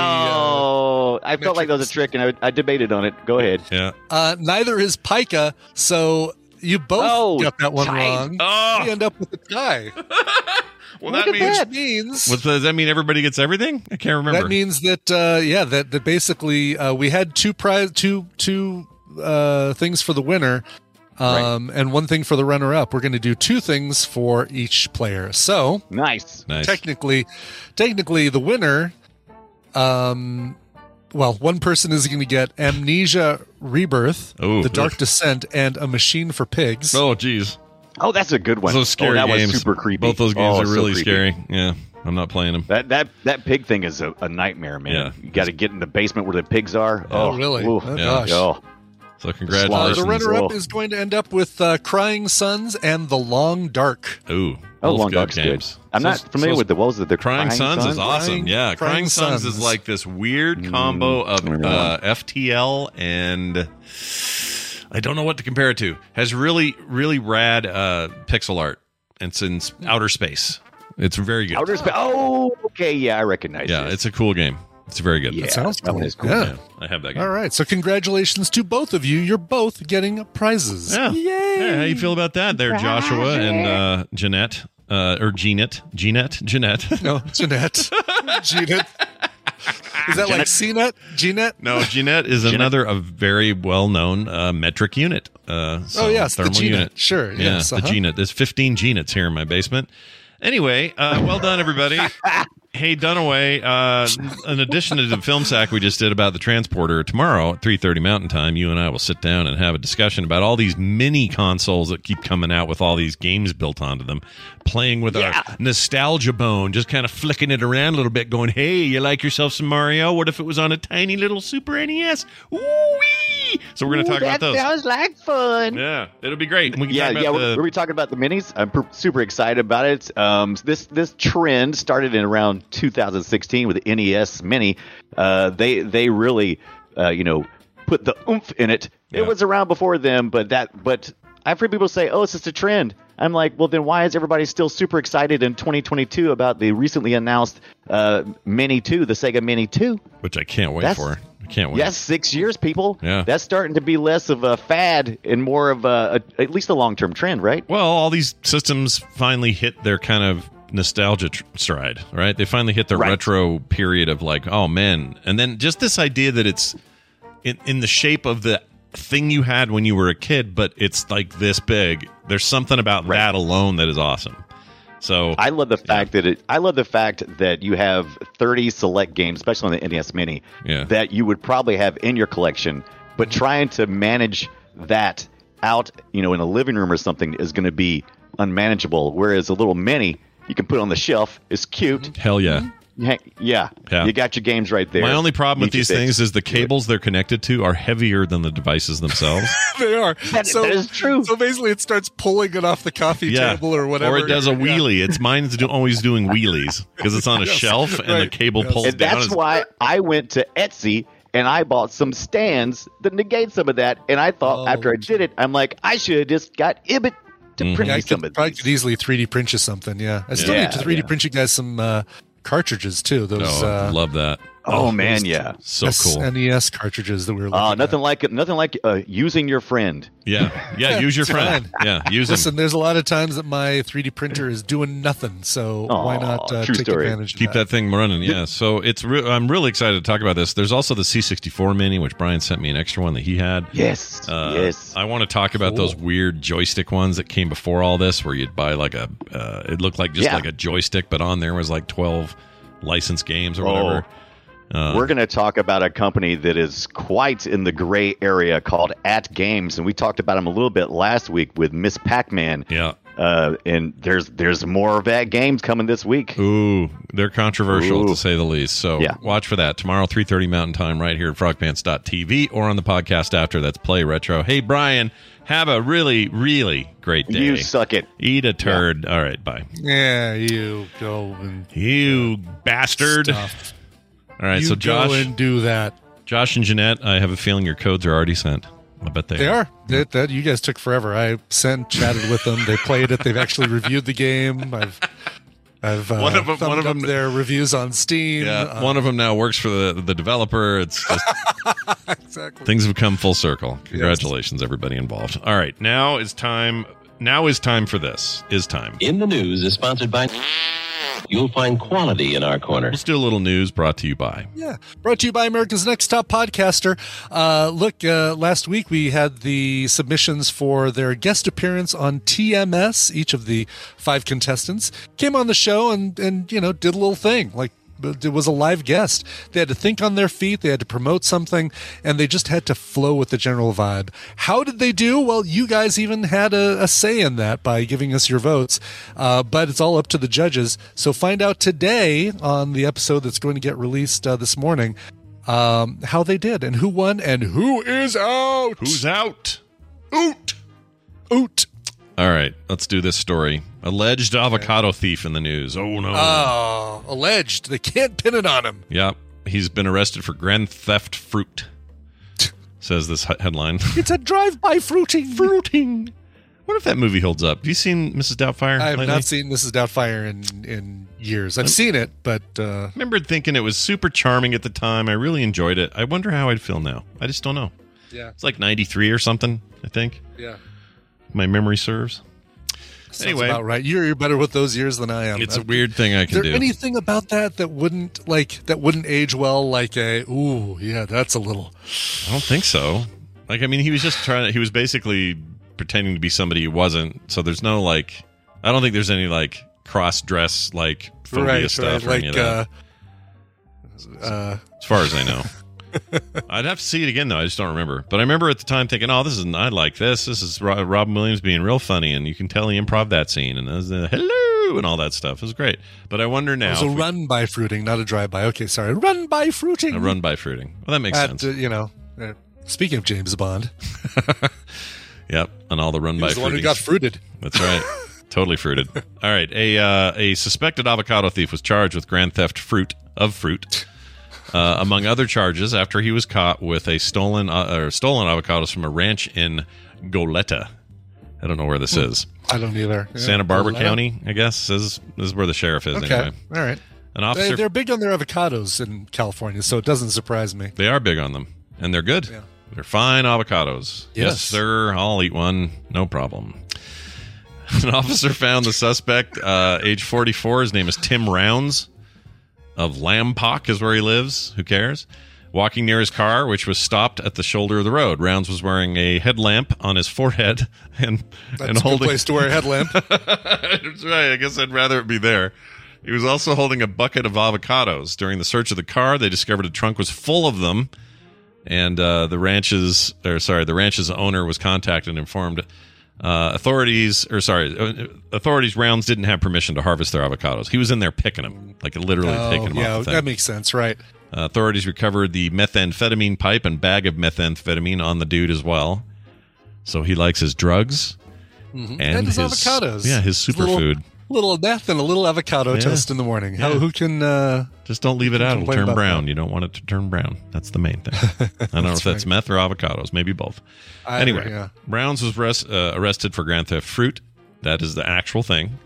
uh, oh, I felt like that was a trick, and I, I debated on it. Go ahead. yeah. uh, neither is pica. So you both Oh, got that one tight. wrong. Oh. We end up with a tie. Well, Look at that means. that. Which means What, does that mean everybody gets everything? I can't remember. that means that uh, yeah that that basically uh, we had two prize two two uh, things for the winner. Um, and one thing for the runner up. We're going to do two things for each player. So, Nice. nice. technically technically the winner um well one person is going to get amnesia rebirth Ooh. the dark descent and a machine for pigs Oh, geez. Oh, that's a good one. oh, Those scary that games. was super creepy. Both those games Oh, are so really creepy. scary. Yeah, I'm not playing them. That that that pig thing is a, a nightmare, man. Yeah. You got to get in the basement where the pigs are. Oh, Oh, really? ooh. Oh, Yeah. gosh. Oh. So Uh, congratulations. the runner-up Whoa. is going to end up with uh, "Crying Suns" and "The Long Dark." Ooh, Oh, those Long good Dark's good. games. I'm not So- familiar so- with the what was it? The Crying, Suns, is awesome. Crying- yeah, Crying, Crying Suns, Suns. is like this weird combo of I don't know. uh, FTL and I don't know what to compare it to. Has really really rad uh, pixel art. It's in s- outer space. It's very good. Outer Space. Oh, okay, yeah, I recognize. yeah, this. it's a cool game. It's very good. Yeah, That sounds that cool. one is cool. Yeah. I have that game. All right. So congratulations to both of you. You're both getting prizes. Yeah. Hey, how you feel about that there, Joshua and uh, Jeanette? Uh, or Jeanette. Jeanette. Jeanette. No, Jeanette. Jeanette. Is that like CNET? Jeanette? No, Jeanette is another a very well known uh, metric unit. Uh, so Oh, yes, the thermal Gnet. unit. Sure, yeah, yes, the uh-huh. Gnet. There's 15 Genets here in my basement. Anyway, uh, well done, everybody. hey, Dunaway. Uh, in addition to the film sack we just did about the transporter, tomorrow at 3:30 Mountain Time, you and I will sit down and have a discussion about all these mini consoles that keep coming out with all these games built onto them, playing with our nostalgia bone, just kind of flicking it around a little bit, going, "Hey, you like yourself some Mario? What if it was on a tiny little Super NES? Woo-wee! So we're going to talk about those. sounds like fun. Yeah, it'll be great. And we can Yeah, talk about yeah. the- Were, were we talking about the minis? I'm pr- super excited about it. Um, this this trend started in around 2016 with the NES Mini. Uh, they they really, uh, you know, put the oomph in it. Yeah. It was around before them, but that but I've heard people say, "Oh, it's just a trend." I'm like, well, then why is everybody still super excited in 2022 about the recently announced uh, Mini 2, the Sega Mini 2? which I can't wait That's- for. I can't wait. Yes, six years, people. Yeah. That's starting to be less of a fad and more of a, a at least a long term trend, right? Well, all these systems finally hit their kind of nostalgia tr- stride, right? They finally hit their Right. retro period of like, oh man, and then just this idea that it's in, in the shape of the thing you had when you were a kid, but it's like this big. There's something about Right. that alone that is awesome. So I love the fact that it, I love the fact that you have 30 select games, especially on the NES Mini, Yeah. Mm-hmm. that you would probably have in your collection. But trying to manage that out, you know, in a living room or something is going to be unmanageable. Whereas a little mini you can put on the shelf is cute. hell yeah. Yeah, yeah, Mm-hmm. Yeah. you got your games right there. My only problem with Need these to fix. things is the cables they're connected to are heavier than the devices themselves. They are. That- that is true. So basically, it starts pulling it off the coffee table or whatever. Or it does a Yeah. wheelie. It's mine's do, always doing wheelies because it's on a shelf and the right. cable Yes. pulls and down. that's It's- why I went to Etsy and I bought some stands that negate some of that. And I thought Oh, after I did it, I'm like, I should have just got Ibit to print Mm-hmm. Yeah, me I some could, of probably these. could easily 3D print you something. Yeah. I still Yeah, need to 3D yeah. print you guys some uh, cartridges too. Those Oh, I uh, love that. Oh, man, yeah. so cool. SNES cartridges that we were. Looking Uh, at. nothing like nothing like uh, using your friend. Yeah, yeah. Use your It's friend. fine. Yeah, use him. Listen, there's a lot of times that my 3D printer is doing nothing, so why Aw, not uh, true take story. advantage of Keep that? that thing running. Yeah. So it's. Re- I'm really excited to talk about this. There's also the C64 Mini, which Brian sent me an extra one that he had. Yes, Uh, yes. I want to talk about those weird joystick ones that came before all this, where you'd buy like a. Uh, it looked like just Yeah. like a joystick, but on there was like 12 licensed games or whatever. Oh. Uh, We're going to talk about a company that is quite in the gray area called At Games, and we talked about them a little bit last week with Miss Pac-Man. yeah. Uh, and there's there's more of At Games coming this week. Ooh, they're controversial Ooh. to say the least. So Yeah. watch for that tomorrow, three thirty Mountain Time, right here at frogpants.tv or on the podcast after. That's Play Retro. Hey Brian, have a really, really great day. You suck it. Eat a turd. All right, bye. Yeah, you go and You bastard. stuff. All right, you so go Josh, and do that. Josh and Jeanette, I have a feeling your codes are already sent. I bet they, They are. That, that you guys took forever. I sent, chatted with them. They played it. They've actually reviewed the game. I've, I've uh, One of 'em- thumbed one of up 'em- their reviews on Steam. Yeah, Uh, one of them now works for the, the developer. It's just exactly. Things have come full circle. Congratulations, everybody involved. All right, now is time. Now is time for this. Is time. In the News is sponsored by. You'll find quality in our corner. Let's do a little news brought to you by. Yeah. Brought to you by America's Next Top Podcaster. Uh, look, uh, last week we had the submissions for their guest appearance on TMS. Each of the five contestants came on the show and, and you know, did a little thing. Like, but it was a live guest. They had to think on their feet. They had to promote something, and they just had to flow with the general vibe. How did they do? Well, you guys even had a, a say in that by giving us your votes, uh, but it's all up to the judges. So find out today on the episode that's going to get released uh, this morning um, how they did and who won and who is out. Who's out? Oot. out? All right, let's do this story. Alleged avocado thief in the news. Oh no. Oh, alleged. They can't pin it on him. Yep. He's been arrested for grand theft fruit. Says this he- headline. It's a drive-by fruiting. Fruiting. What if that movie holds up? Have you seen Mrs. Doubtfire? I have lately? not seen Mrs. Doubtfire in in years. I've seen it, but uh, I remember thinking it was super charming at the time. I really enjoyed it. I wonder how I'd feel now. I just don't know. yeah, It's like 93 or something, I think. yeah. My memory serves. Sounds Anyway. about right. You're you're better with those years than I am. It's a Uh, weird thing I Is can there do. anything about that that wouldn't like that wouldn't age well? Like a ooh, yeah, that's a little. I don't think so. Like, I mean, he was just trying to, he was basically pretending to be somebody he wasn't. So there's no like, I don't think there's any like cross dress, like phobia stuff or any of like that. uh, uh, as far as I know. I'd have to see it again though. I just don't remember. But I remember at the time thinking, "Oh, this is I like this. This is Ro- Robin Williams being real funny, and you can tell he improv that scene and there's the hello and all that stuff. It was great." But I wonder it now. was a if we- run by fruiting, not a drive by. Okay, sorry, run by fruiting. a run by fruiting. Well, that makes At, sense. uh, you know, uh, speaking of James Bond, yep, and all the run he by was the one who fruitings. got fruited. That's right. totally fruited. All right. A uh, a suspected avocado thief was charged with grand theft fruit of fruit. Uh, among other charges, after he was caught with a stolen uh, or stolen avocados from a ranch in Goleta, I don't know where this is, I don't either. Hmm. Yeah. Santa Barbara Well, I don't- County, I guess is this is where the sheriff is Okay, anyway. all right. An They, officer, they're big on their avocados in California, so it doesn't surprise me. they are big on them, and they're good. Yeah. They're fine avocados. Yes. sir. I'll eat one, no problem. An officer found the suspect, uh, age 44. His name is Tim Rounds of Lampoc, is where he lives. Who cares? Walking near his car, which was stopped at the shoulder of the road. Rounds was wearing a headlamp on his forehead and That's and a good holding. place to wear a headlamp. That's right. I guess I'd rather it be there. He was also holding a bucket of avocados. During the search of the car, they discovered a trunk was full of them, and uh, the ranch's or sorry, the ranch's owner was contacted and informed uh, authorities or sorry, uh, authorities rounds didn't have permission to harvest their avocados. He was in there picking them, like literally picking oh, them yeah, off. The thing. that makes sense, right? Uh, authorities recovered the methamphetamine pipe and bag of methamphetamine on the dude as well. So he likes his drugs and, Mm-hmm. And his avocados. Yeah, his His little- superfood. Little meth and a little avocado Yeah. toast in the morning. How, Yeah. who can? Uh, Just don't leave it out. It'll complain turn about brown. You don't want it to turn brown. That's the main thing. I don't know if that's meth or avocados. Maybe both. I- anyway, yeah. Rounds was res- uh, arrested for grand theft fruit. That is the actual thing.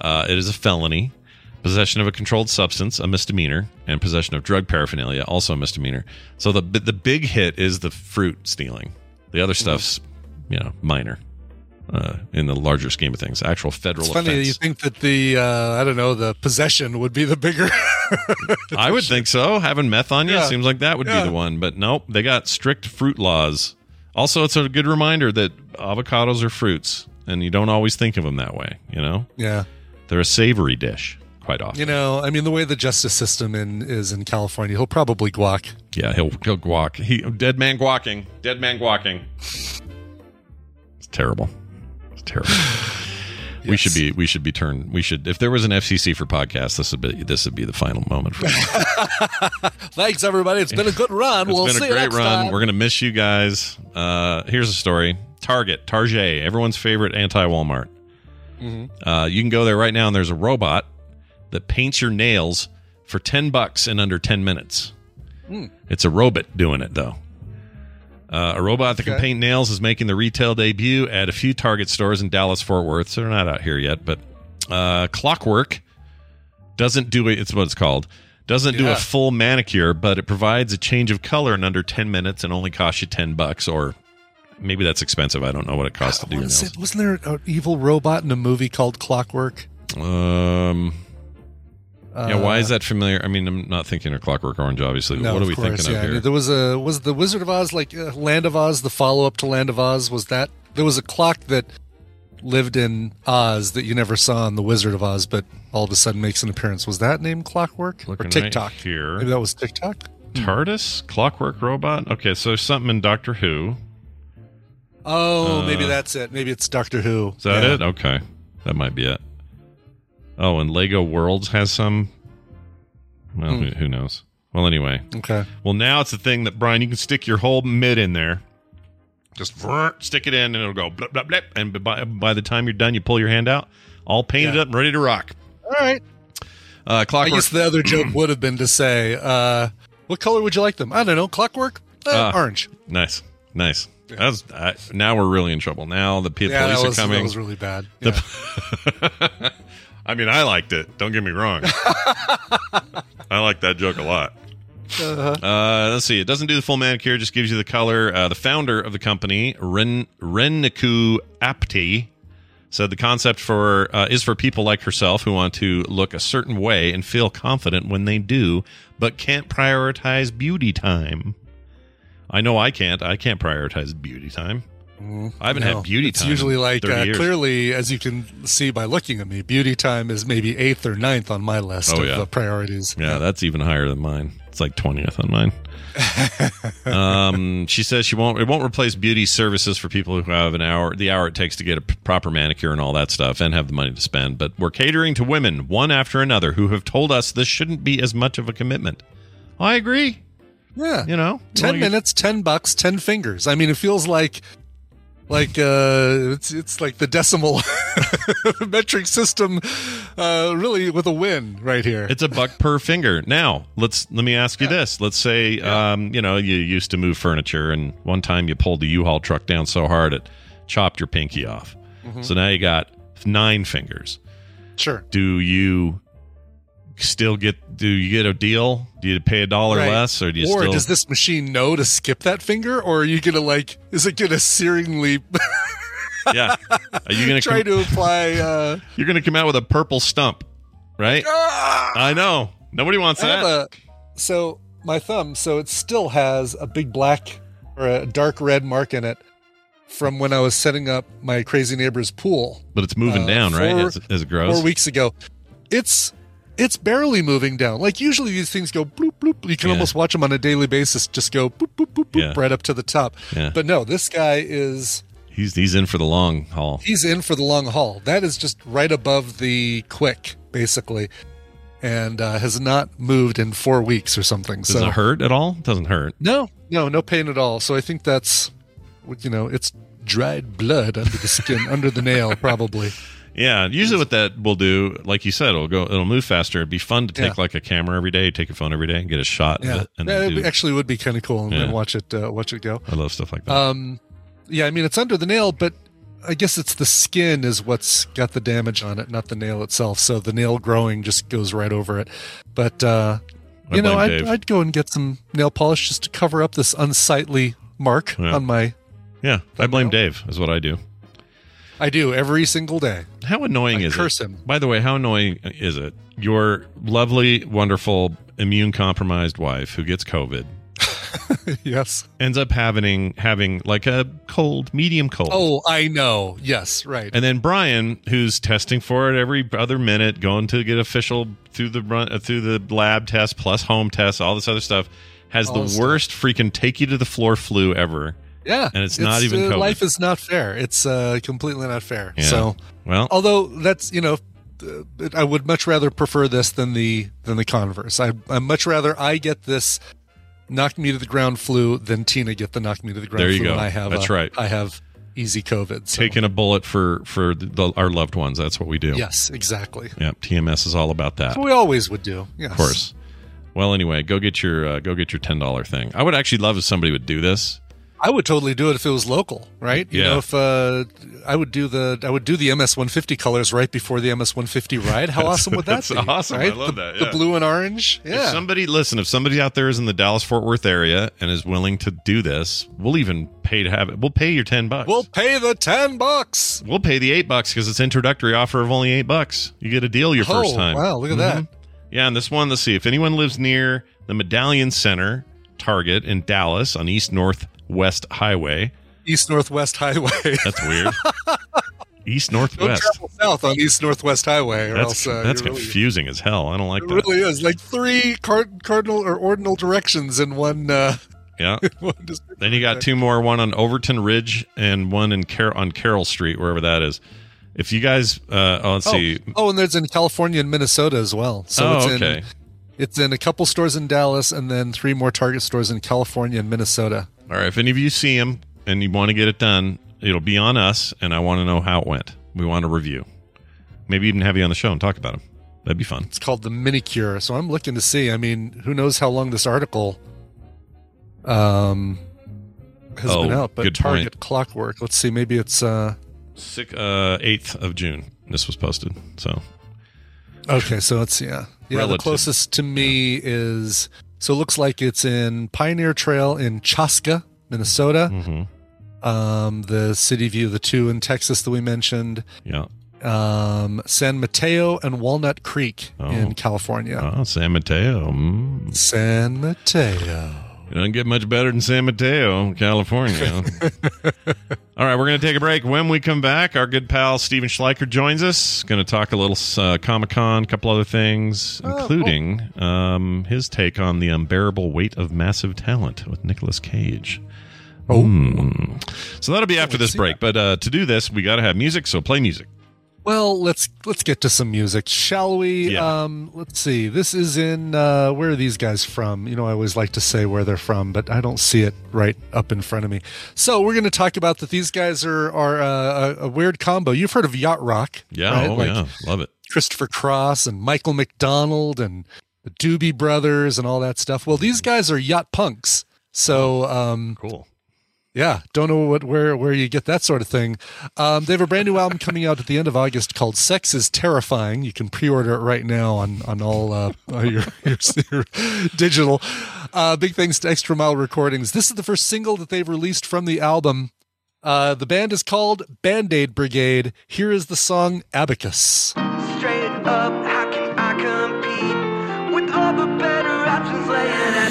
Uh, it is a felony. Possession of a controlled substance, a misdemeanor, and possession of drug paraphernalia, also a misdemeanor. So the the big hit is the fruit stealing. The Mm-hmm. other stuff's, you know, minor uh, in the larger scheme of things. Actual federal It's funny that offense. you think that the uh, I don't know the possession would be the bigger. I would think so. Having meth on you Yeah. seems like that would Yeah. be the one, but nope, they got strict fruit laws. Also, it's a good reminder that avocados are fruits, and you don't always think of them that way. You know, yeah, they're a savory dish quite often. you know, I mean, the way the justice system in is in California, he'll probably guac. yeah, he'll he'll guac. He dead man guacking. Dead man guacking. It's terrible. It's terrible. We should be we should be turned. We should if there was an FCC for podcasts, this would be this would be the final moment for. Thanks, everybody. It's been a good run. It's we'll been see a you great next run. time. We're gonna miss you guys. Uh, here's a story: Target, Target, everyone's favorite anti-Walmart. Mm-hmm. Uh, you can go there right now, and there's a robot that paints your nails for ten bucks in under ten minutes. Hmm. It's a robot doing it though. Uh, a robot that can Okay. paint nails is making the retail debut at a few Target stores in Dallas, Fort Worth. So they're not out here yet, but uh, Clockwork doesn't do it. It's what it's called. Doesn't do Yeah. a full manicure, but it provides a change of color in under ten minutes and only costs you ten bucks, or maybe that's expensive. I don't know what it costs to do I your wanna say- nails. wasn't there an evil robot in a movie called Clockwork? Um, Uh, yeah, why is that familiar? I mean, I'm not thinking of Clockwork Orange, obviously. But No, what are of we course, thinking yeah. of I here? mean, there was a was the Wizard of Oz like uh, Land of Oz, the follow up to Land of Oz. Was that there was a clock that lived in Oz that you never saw in the Wizard of Oz, but all of a sudden makes an appearance. Was that named Clockwork Looking or right TikTok? here. Maybe that was TikTok. TARDIS, Clockwork Robot. Okay, so something in Doctor Who. Oh, Uh, maybe that's it. Maybe it's Doctor Who. Is that it? Okay, that might be it. Hmm. Oh, and Lego Worlds has some. Well, who, who knows? Well, anyway. Okay. Well, now it's a thing that Brian, you can stick your whole mid in there. Just vrr, stick it in, and it'll go blip blip blip. And by, by the time you're done, you pull your hand out, all painted Yeah. up, and ready to rock. All right. Uh, I clockwork. guess the other joke would have been to say, uh, "What color would you like them?" I don't know. Clockwork, uh, Ah. orange. nice, nice. That was, I now we're really in trouble. Now the pe- Yeah, that police was, are that coming. was really bad. The- Yeah. I mean, I liked it. Don't get me wrong. I like that joke a lot. Uh-huh. Uh, let's see. It doesn't do the full manicure; just gives you the color. Uh, the founder of the company, Ren Renniku Apte, said the concept for uh, is for people like herself who want to look a certain way and feel confident when they do, but can't prioritize beauty time. I know I can't. I can't prioritize beauty time. I haven't Mm-hmm. No, had beauty it's time. in usually like 30 uh, years. clearly, as you can see by looking at me, beauty time is maybe eighth or ninth on my list Oh, of yeah. uh, priorities. Yeah, that's even higher than mine. It's like twentieth on mine. um, she says she won't. It won't replace beauty services for people who have an hour, the hour it takes to get a p- proper manicure and all that stuff, and have the money to spend. But we're catering to women one after another who have told us this shouldn't be as much of a commitment. I agree. Yeah. You know, ten Well, you- minutes, ten bucks, ten fingers. I mean, it feels like like uh it's it's like the decimal metric system uh really with a win right here It's a buck per finger. Now, let's let me ask you this. Let's say um, you know, you used to move furniture and one time you pulled the U-Haul truck down so hard it chopped your pinky off. Mm-hmm. So now you got nine fingers. sure Do you still get do you get a deal? Do you pay a dollar Right. less or do you or still does this machine know to skip that finger or are you gonna like is it gonna searingly Yeah. Are you going try to to apply uh You're going to come out with a purple stump, right? I know. Nobody wants Ah! I that. have a, so my thumb, so it still has a big black or a dark red mark in it from when I was setting up my crazy neighbor's pool but it's moving uh, down, right? four- As, as it grows. four weeks ago. It's it's barely moving down. Like usually these things go bloop bloop. You can Yeah. almost watch them on a daily basis, just go boop boop boop boop Yeah. right up to the top. Yeah. But no, this guy is He's he's in for the long haul. he's in for the long haul. That is just right above the quick, basically, and uh, has not moved in four weeks or something. Does so it hurt at all? Doesn't hurt. No, no, no pain at all. So I think that's, you know, it's dried blood under the skin, under the nail, probably. Yeah, usually what that will do, like you said, it'll go, it'll move faster. It'd be fun to take Yeah. like a camera every day, take a phone every day, and get a shot. Of Yeah, it and that then would be- do- actually would be kind of cool, and Yeah. then watch it, uh, watch it go. I love stuff like that. Um, yeah, I mean it's under the nail, but I guess it's the skin is what's got the damage on it, not the nail itself. So the nail growing just goes right over it. But uh, I you know, blame I'd, Dave. I'd go and get some nail polish just to cover up this unsightly mark Yeah. on my. yeah, I blame Dave. Is what I do. I do every single day. How annoying I is curse it? him. By the way, how annoying is it? Your lovely, wonderful, immune compromised wife who gets COVID yes. ends up having having like a cold, medium cold. Oh, I know. Yes, right. And then Brian, who's testing for it every other minute, going to get official through the run uh, through the lab test plus home test, all this other stuff, has All the this stuff. worst freaking take you to the floor flu ever. yeah, and it's not even uh, COVID. life is not fair. It's uh, completely not fair. Yeah. So, Well, although that's you know, uh, I would much rather prefer this than the than the converse. I I much rather I get this knock me to the ground flu than Tina get the knock me to the ground There you flu. go. And I have That's uh, right. I have easy COVID. So. taking a bullet for for the, our loved ones. That's what we do. yes, exactly. Yeah. TMS is all about that. That's what we always would do. Yes. Of course. Well, anyway, go get your uh, go get your ten dollar thing. I would actually love if somebody would do this. I would totally do it if it was local, right? You Yeah. know, if uh, I would do the I would do the MS 150 colors right before the MS 150 ride. How awesome would that that's be? awesome. I right? love The- that, yeah. The blue and orange. If Yeah. somebody listen, if somebody out there is in the Dallas Fort Worth area and is willing to do this, we'll even pay to have it. We'll pay your ten bucks. we'll pay the 10 bucks. We'll pay the eight bucks because it's introductory offer of only eight bucks. You get a deal your oh, first time. Mm-hmm. wow, look at that. Yeah, and this one, let's see. If anyone lives near the Medallion Center Target in Dallas on East Northwest Highway, East Northwest Highway. that's weird. East Don't Northwest. travel south on East Northwest Highway, or That's, else uh, that's you're really- confusing as hell. I don't like It that. really is like three card- cardinal or ordinal directions in one. Uh, yeah. one district. Then you got two more, one on Overton Ridge and one in Car- on Carroll Street, wherever that is. If you guys, uh, oh, let's Oh, see. oh, and there's in California and Minnesota as well. So oh, it's in okay. It's in a couple stores in Dallas and then three more Target stores in California and Minnesota. All right. If any of you see him and you want to get it done, it'll be on us, and I want to know how it went. We want a review. Maybe even have you on the show and talk about him. That'd be fun. It's called the Mini Cure. So I'm looking to see. I mean, who knows how long this article um has Oh, been out? But good Target point. Clockwork. Let's see. Maybe it's uh Sick, uh, 8th of June, this was posted. So Okay, so it's yeah. Yeah, Relative. the closest to me is so it looks like it's in Pioneer Trail in Chaska, Minnesota. mm-hmm. Um, the City View, the two in Texas that we mentioned, Yeah. um, San Mateo and Walnut Creek Oh. in California. Oh, San Mateo. Mm. San Mateo. It doesn't get much better than San Mateo, California. All right, we're going to take a break. When we come back, our good pal Steven Schleicher joins us. Going to talk a little uh, Comic Con, a couple other things, Oh, including um, his take on the unbearable weight of massive talent with Nicolas Cage. Oh. Hmm. So that'll be after this see break. But uh, to do this, we got to have music. So play music. Well, let's let's get to some music, shall we? Yeah. Um, let's see. This is in uh, where are these guys from? You know, I always like to say where they're from, but I don't see it right up in front of me. So we're going to talk about that. These guys are are uh, a, a weird combo. You've heard of yacht rock, Yeah. right? Oh, Like yeah. Love it. Christopher Cross and Michael McDonald and the Doobie Brothers and all that stuff. Well, these guys are yacht punks. So um, Cool. yeah, don't know what where where you get that sort of thing. Um, they have a brand new album coming out at the end of August called "Sex Is Terrifying." You can pre-order it right now on on all uh, uh, your, your, your digital. Uh, big thanks to Extra Mile Recordings. This is the first single that they've released from the album. Uh, the band is called Band Aid Brigade. Here is the song Abacus. Straight up, how can I compete with all the better options laying at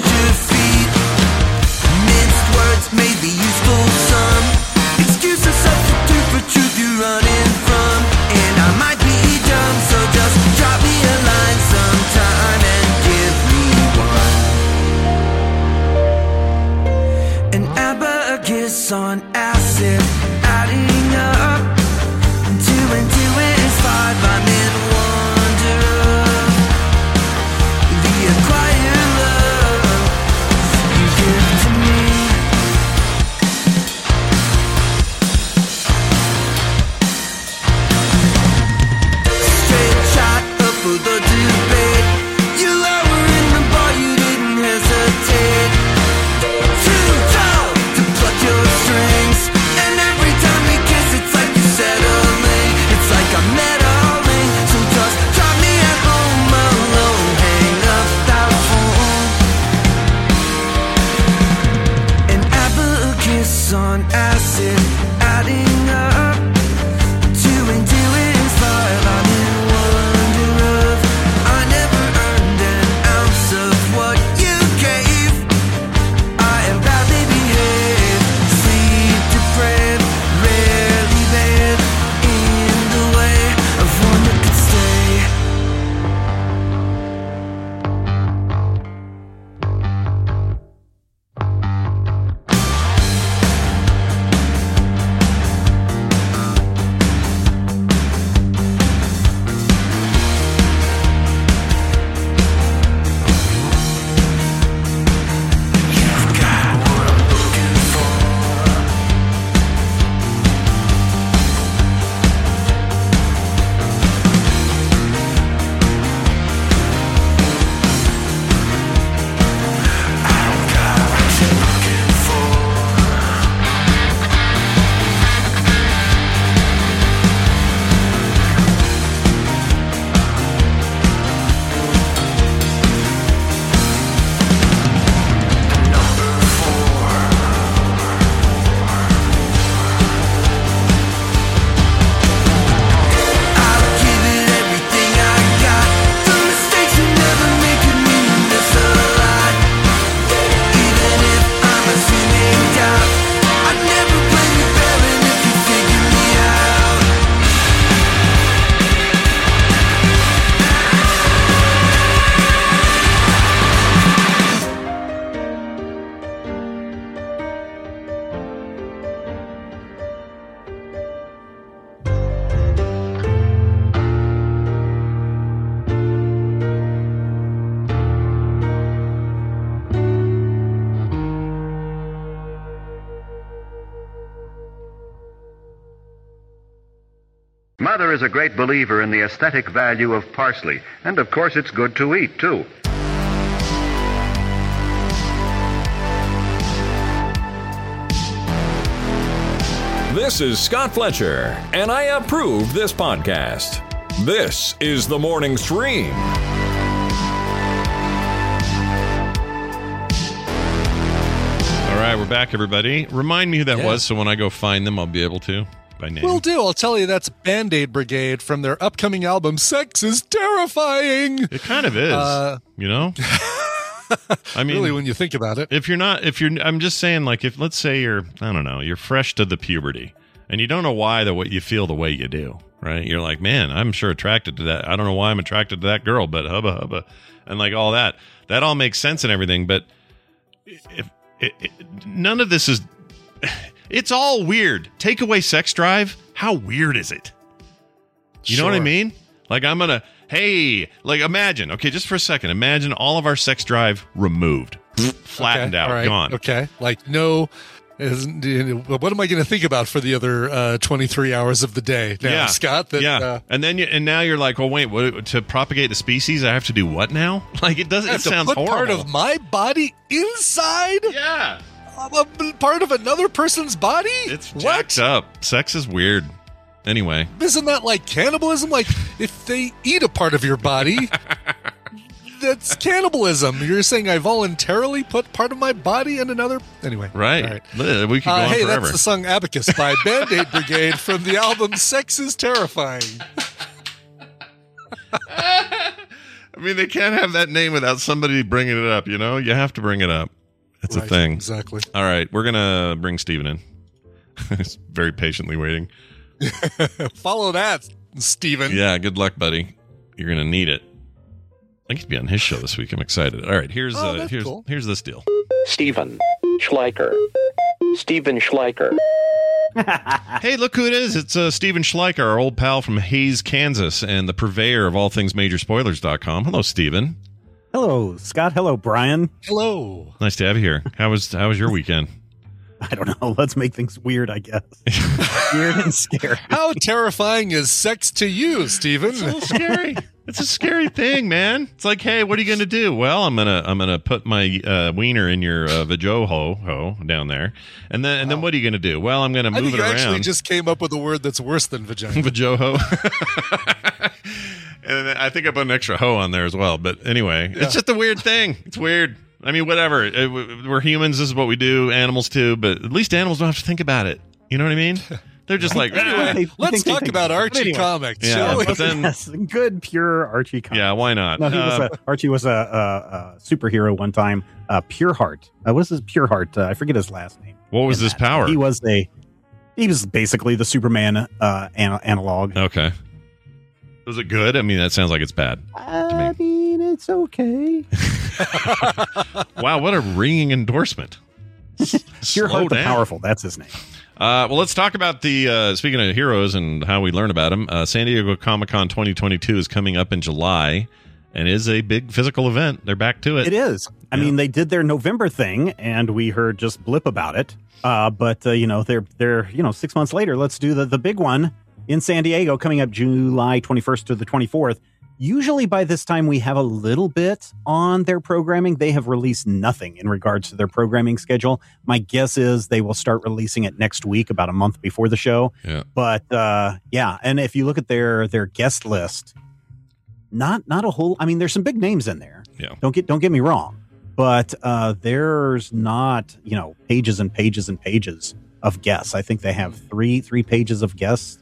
Acid adding up, two and two is five. I'm in Mother is a great believer in the aesthetic value of parsley, and of course it's good to eat, too. This is Scott Fletcher, and I approve this podcast. This is the morning stream. All right, we're back, everybody. Remind me who that Yeah. was, so when I go find them, I'll be able to by name. Will do. I'll tell you that's Band Aid Brigade from their upcoming album, Sex is Terrifying. It kind of is, Uh, you know. I mean, really, when you think about it. if you're not, if you're, I'm just saying, like, if let's say you're, I don't know, you're fresh to the puberty, and you don't know why the way you feel the way you do, right? You're like, man, I'm sure attracted to that. I don't know why I'm attracted to that girl, but hubba hubba, and like all that. That all makes sense and everything, but if, it, it, none of this is, it's all weird. Take away sex drive. How weird is it? You know what I Sure. mean? Like I'm gonna hey, like imagine, okay, just for a second, imagine all of our sex drive removed. flattened Okay, out, all right, gone. Okay. Like, no. Isn't, what am I going to think about for the other uh, 23 hours of the day now, yeah, Scott? That, yeah, uh, and then you, and now you're like, well, wait, what, to propagate the species, I have to do what now? Like it doesn't. I It have to sounds put horrible. part of my body inside yeah, a- a- part of another person's body? it's what? jacked up. Sex is weird. Anyway, Isn't that like cannibalism? Like if they eat a part of your body, that's cannibalism. You're saying I voluntarily put part of my body in another. Anyway, right? All right. Ugh, We could go Uh, on hey, forever. that's the song Abacus by Band Aid Brigade from the album Sex is Terrifying. I mean, they can't have that name without somebody bringing it up. You know, you have to bring it up. It's a Right, thing. Exactly. All right, we're gonna bring Steven in. He's very patiently waiting. Follow that, Steven. Yeah, good luck, buddy. You're gonna need it. I get to be on his show this week. I'm excited. All right, here's Oh, uh, that's here's cool. here's this deal. Stephen Schleicher. Stephen Schleicher. Ah. Hey, look who it is! It's uh, Steven Schleicher, our old pal from Hayes, Kansas, and the purveyor of all things MajorSpoilers.com. Hello, Steven. Hello, Scott. Hello, Brian. Hello. Nice to have you here. How was how was your weekend? I don't know. Let's make things weird, I guess. weird and scary. How terrifying is sex to you, Steven? It's scary. It's a scary thing, man. It's like, hey, what are you gonna do? Well, I'm gonna I'm gonna put my uh, wiener in your uh, vajoho ho down there, and then and then what are you gonna do? Well, I'm gonna I move think it you around. actually just came up with a word that's worse than vagina. Vajoho. and then I think I put an extra hoe on there as well. But anyway, it's just a weird thing. It's weird. I mean, whatever. It- w- we're humans. This is what we do. Animals too. But at least animals don't have to think about it. You know what I mean? They're just like, "Ah." Anyway. I Let's think they talk think- about but Archie anyway. comics, Yeah, shall we? but then- Yes, good, pure Archie comic. yeah, why not? No, he was Uh, a, Archie was a, a, a superhero one time. Uh, pure Heart. Uh, what is his Pure Heart? Uh, I forget his last name. what was in his that. power? He was a. He was basically the Superman uh, an- analog. okay. Was it good? I mean, that sounds like it's bad. I mean, it's okay. Wow, what a ringing endorsement. S- Um, slow Pure Heart, the down. powerful. That's his name. Uh, well, let's talk about the uh, speaking of heroes and how we learn about them. Uh, San Diego Comic Con 2022 is coming up in July, and is a big physical event. They're back to it. It is. I Yeah. mean, they did their November thing, and we heard just blip about it. Uh, but uh, you know, they're they're you know six months later. Let's do the the big one in San Diego coming up July twenty first to the twenty fourth. Usually by this time we have a little bit on their programming. They have released nothing in regards to their programming schedule. My guess is they will start releasing it next week, about a month before the show. Yeah. But uh, yeah, and if you look at their their guest list, not not a whole. I mean, there's some big names in there. Yeah. Don't get don't get me wrong, but uh, there's not you know pages and pages and pages of guests. I think they have three three pages of guests,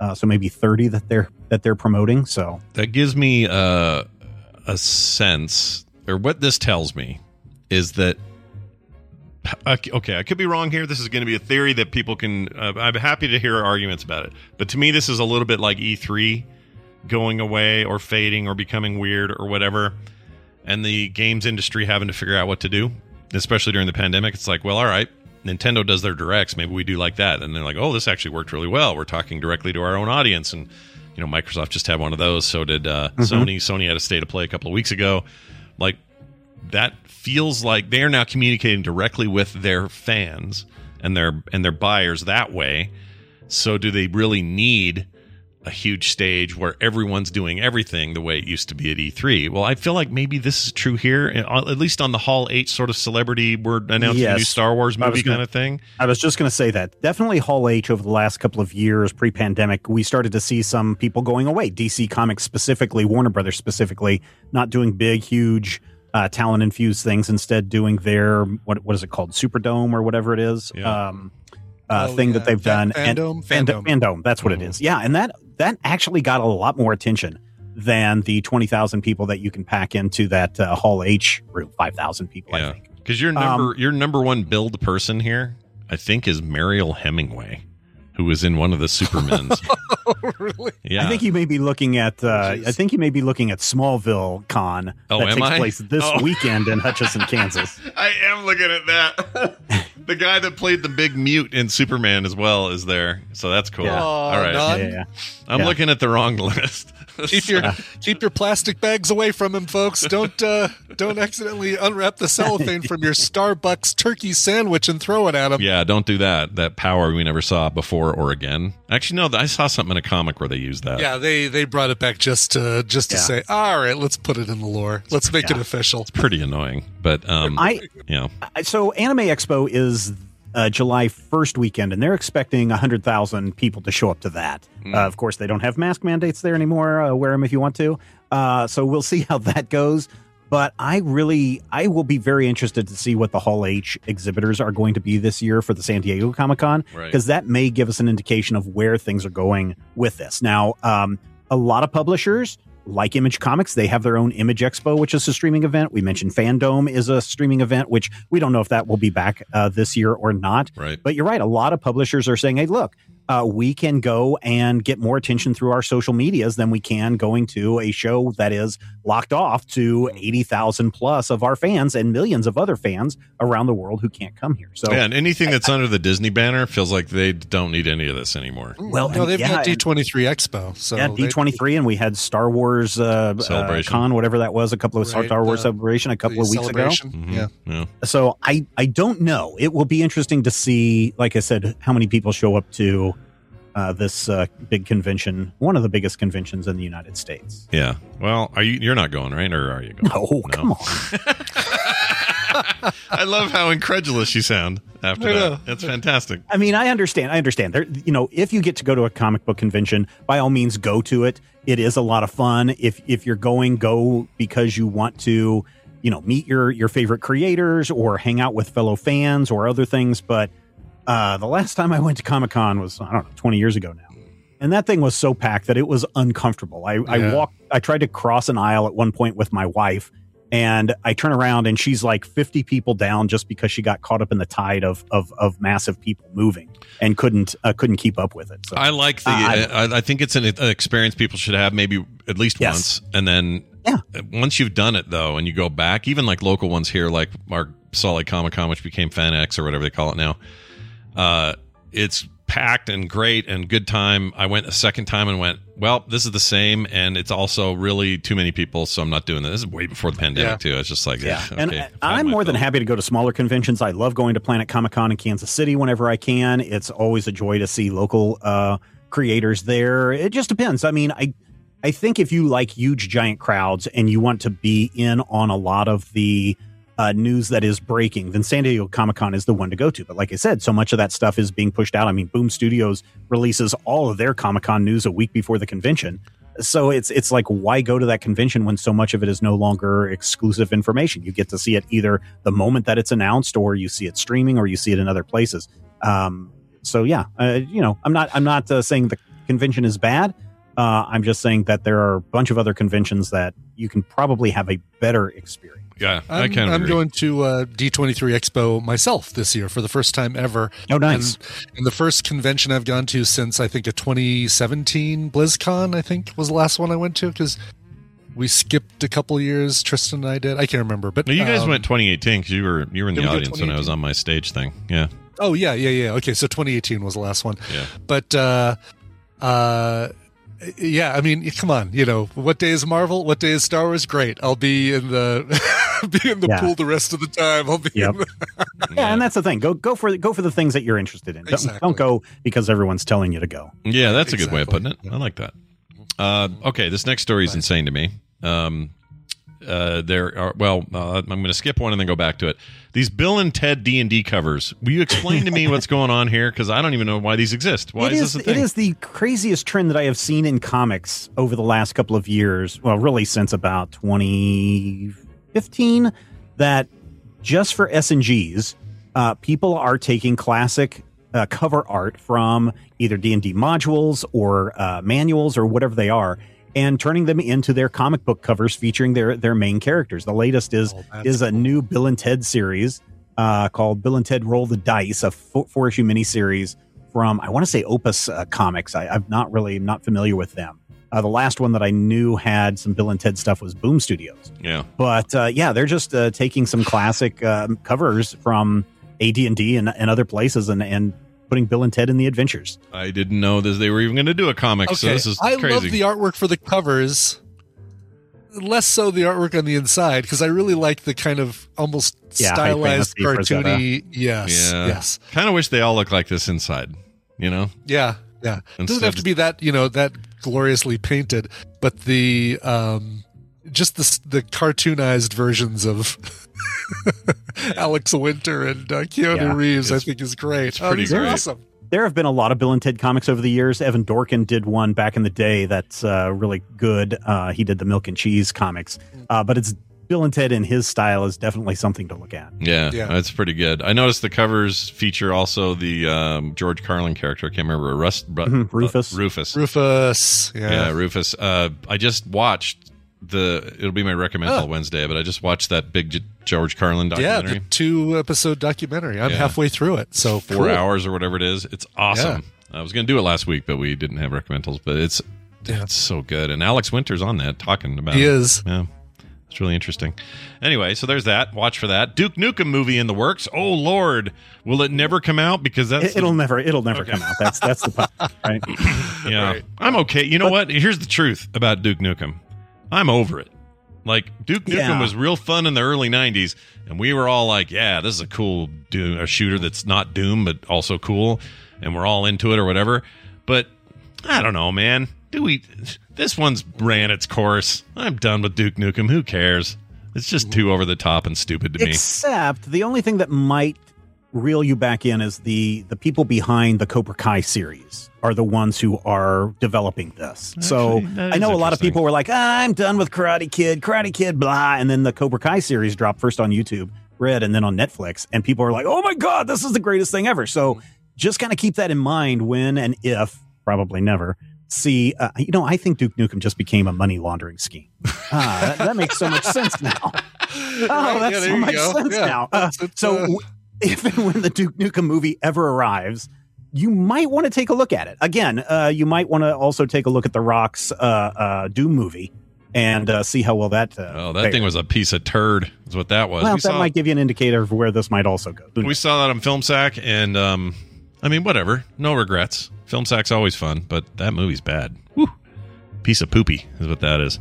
uh, so maybe thirty that they're that they're promoting. So That gives me uh, a sense, or what this tells me is that. Okay, I could be wrong here. This is going to be a theory that people can. Uh, I'm happy to hear arguments about it, but to me, this is a little bit like E3 going away or fading or becoming weird or whatever, and the games industry having to figure out what to do, especially during the pandemic. It's like, well, all right, Nintendo does their directs. Maybe we do like that, and they're like, oh, this actually worked really well. We're talking directly to our own audience, and you know, Microsoft just had one of those. So did uh, Mm-hmm. Sony. Sony had a state of play a couple of weeks ago. Like that feels like they are now communicating directly with their fans and their and their buyers that way. So do they really need a huge stage where everyone's doing everything the way it used to be at E3. Well, I feel like maybe this is true here, at least on the Hall 8 sort of celebrity, we're announcing a new Yes. Star Wars I was movie gonna- kind of thing. I was just going to say that. Definitely Hall H over the last couple of years, pre pandemic, we started to see some people going away. DC Comics specifically, Warner Brothers specifically, not doing big, huge, uh, talent infused things. Instead, doing their, what, what is it called? Superdome or whatever it is. Um, uh, Oh, thing yeah. that they've Fan- done. and- Fandome? Fand- Fandome. Fandome, That's what it is. Yeah. And that, that actually got a lot more attention than the 20,000 people that you can pack into that uh, Hall H room, 5,000 people, I Yeah. think. Because your Um, number your number one build person here, I think, is Mariel Hemingway, who was in one of the Supermans. Yeah. I think you may be looking at. Uh, I think you may be looking at Smallville Con Oh, that am takes I? place this Oh. weekend in Hutchinson, Kansas. I am looking at that. the guy that played the big mute in Superman as well is there. So that's cool. Yeah. All right. Aw, none. Yeah. I'm Yeah. looking at the wrong list. keep your keep your plastic bags away from him, folks. Don't uh, don't accidentally unwrap the cellophane from your Starbucks turkey sandwich and throw it at him. yeah, don't do that. That power we never saw before or again. Actually, no, I saw something in a comic where they used that. Yeah, they they brought it back just to just to Yeah. say, all right, let's put it in the lore. Let's make it official. Pretty annoying. But um I- you know. I- So Anime Expo is uh, July first weekend, and they're expecting hundred thousand people to show up to that. Hmm. Uh, of course, they don't have mask mandates there anymore. Uh, wear them if you want to. Uh, so we'll see how that goes. But I really, I will be very interested to see what the Hall H exhibitors are going to be this year for the San Diego Comic Con, Right. because that may give us an indication of where things are going with this. Now, um, a lot of publishers like Image Comics, they have their own Image Expo, which is a streaming event. We mentioned Fandome is a streaming event, which we don't know if that will be back uh, this year or not. Right. But you're right. A lot of publishers are saying, hey, look, uh, we can go and get more attention through our social medias than we can going to a show that is locked off to 80,000 plus of our fans and millions of other fans around the world who can't come here. So, yeah, and anything that's under the Disney banner feels like they don't need any of this anymore. well, no, and- they've yeah, got and- D twenty three Expo. So yeah, they- D twenty three, and we had Star Wars uh, uh, Celebration. con, whatever that was, a couple of Right, Star Wars uh, celebration a couple the of weeks ago. Mm-hmm. celebration. Mm-hmm. Yeah. So I I don't know. It will be interesting to see, like I said, how many people show up to uh, this uh, big convention, one of the biggest conventions in the United States. Yeah. Well, are you you're not going, right? Or are you going? No, come on. I love how incredulous you sound after I know. that. That's fantastic. I mean, I understand. I understand. There, you know, if you get to go to a comic book convention, by all means, go to it. It is a lot of fun. If if you're going, go because you want to, you know, meet your your favorite creators or hang out with fellow fans or other things. But uh, the last time I went to Comic Con was I don't know, 20 years ago now, and that thing was so packed that it was uncomfortable. I, I Yeah. walked. I tried to cross an aisle at one point with my wife. And I turn around and she's like 50 people down just because she got caught up in the tide of of, of massive people moving and couldn't uh, couldn't keep up with it. So I like the. I- I, I think it's an, an experience people should have maybe at least once, and then yeah. Once you've done it though, and you go back, even like local ones here, like our Salt Lake Comic Con, which became FanX or whatever they call it now. Uh, it's packed and great and good time. I went a second time and went, well, this is the same, and it's also really too many people, so I'm not doing this. This is way before the pandemic Yeah. too. It's just like, oh, yeah, okay, and I, am more than happy to go to smaller conventions. I love going to Planet Comic Con in Kansas City whenever I can. It's always a joy to see local uh, creators there. It just depends. I mean, I I think if you like huge giant crowds and you want to be in on a lot of the uh, news that is breaking, then San Diego Comic Con is the one to go to. But like I said, so much of that stuff is being pushed out. I mean, Boom Studios releases all of their Comic Con news a week before the convention. So it's it's like why go to that convention when so much of it is no longer exclusive information? You get to see it either the moment that it's announced, or you see it streaming, or you see it in other places. Um, so yeah, uh, you know, I'm not I'm not uh, saying the convention is bad. Uh, I'm just saying that there are a bunch of other conventions that you can probably have a better experience. Yeah, I I'm, kind of I'm agree. going to uh, D23 Expo myself this year for the first time ever. Oh, nice. And, and the first convention I've gone to since I think a 2017 BlizzCon, I think was the last one I went to because we skipped a couple years. Tristan and I did. I can't remember, but No, you guys um, went 2018 because you were you were in Did the we go audience when I was on my stage thing. Yeah, Oh yeah, yeah, yeah. Okay, so 2018 was the last one. Yeah. But uh uh yeah, I mean, come on, you know, what day is Marvel? What day is Star Wars? Great. I'll be in the be in the Yeah. pool the rest of the time. I'll be Yep. in the- Yeah, and that's the thing. Go go for go for the things that you're interested in. Don't, don't go because everyone's telling you to go. Yeah, that's a good way of putting it. I like that. Uh, okay, this next story is insane to me. Um, uh, there are well, uh, I'm going to skip one and then go back to it. These Bill and Ted D and D covers. Will you explain to me what's going on here? Because I don't even know why these exist. Why It is this a thing? It is the craziest trend that I have seen in comics over the last couple of years. Well, really since about 2015, that just for S and Gs, uh, people are taking classic uh, cover art from either D and D modules or uh, manuals or whatever they are. And turning them into their comic book covers featuring their their main characters. The latest is is a new Bill and Ted series uh, called Bill and Ted Roll the Dice, a four, four issue miniseries from I want to say Opus uh, Comics. I, I'm not really I'm not familiar with them. Uh, the last one that I knew had some Bill and Ted stuff was Boom Studios. Yeah. But uh, yeah, they're just uh, taking some classic um, covers from AD and D and other places and and putting Bill and Ted in the adventures. I didn't know that they were even going to do a comic. So this is I crazy. love the artwork for the covers, less so the artwork on the inside because I really like the kind of almost Yeah, high stylized fantasy cartoony. Frazetta. Yes, yes, Kind of wish they all look like this inside. You know. yeah, yeah. It Instead doesn't have of- to be that you know that gloriously painted, but the um, just the s- the cartoonized versions of. Alex Winter and uh, Keanu Yeah. Reeves, I think, is great. oh, these are awesome. There have been a lot of Bill and Ted comics over the years. Evan Dorkin did one back in the day that's uh, really good. Uh, he did the Milk and Cheese comics, uh, but it's Bill and Ted in his style is definitely something to look at. Yeah, Yeah. that's pretty good. I noticed the covers feature also the um, George Carlin character. I can't remember Rust, Ru- Mhm, Rufus. uh, Rufus. Rufus, Yeah, yeah. Rufus. Uh, I just watched the. It'll be my recommend Oh. till Wednesday, but I just watched that big G- George Carlin yeah, documentary. the two episode documentary. I'm Yeah. halfway through it, so four cool. hours or whatever it is. It's awesome. I was going to do it last week, but we didn't have recommendals. But it's it's so good, and Alex Winter's on that talking about. He it. is. Yeah. It's really interesting. Anyway, so there's that. Watch for that. Duke Nukem movie in the works. Oh Lord, will it never come out? Because that's It, will never, it'll never come out. That's that's the part, right? yeah. I'm okay. You know what? Here's the truth about Duke Nukem. I'm over it. Like Duke Nukem Yeah. was real fun in the early '90s, and we were all like, "Yeah, this is a cool doom, a shooter that's not Doom but also cool," and we're all into it or whatever. But I don't know, man. Do we? This one's ran its course. I'm done with Duke Nukem. Who cares? It's just too over the top and stupid to me. Except the only thing that might reel you back in is the the people behind the Cobra Kai series are the ones who are developing this. so Actually, that I is know a lot of interesting. people were like, "Ah, "I'm done with Karate Kid, Karate Kid, blah," and then the Cobra Kai series dropped first on YouTube, Red, and then on Netflix, and people are like, "Oh my god, this is the greatest thing ever!" So just kind of keep that in mind when and if probably never. See, uh, you know, I think Duke Nukem just became a money laundering scheme. Ah, that, that makes so much sense now. Oh, Right, that's yeah, there so you much go. sense Yeah, now. Uh, so, w- if and when the Duke Nukem movie ever arrives, you might want to take a look at it. Again, uh, you might want to also take a look at The Rock's uh, uh, Doom movie and uh, see how well that. Uh, Oh, that thing was a piece of turd. Is what that was. well, We that saw- might give you an indicator of where this might also go. We saw that on Film Sack, and um, I mean, whatever. No regrets. Film Sack's always fun, but that movie's bad. Woo. Piece of poopy is what that is.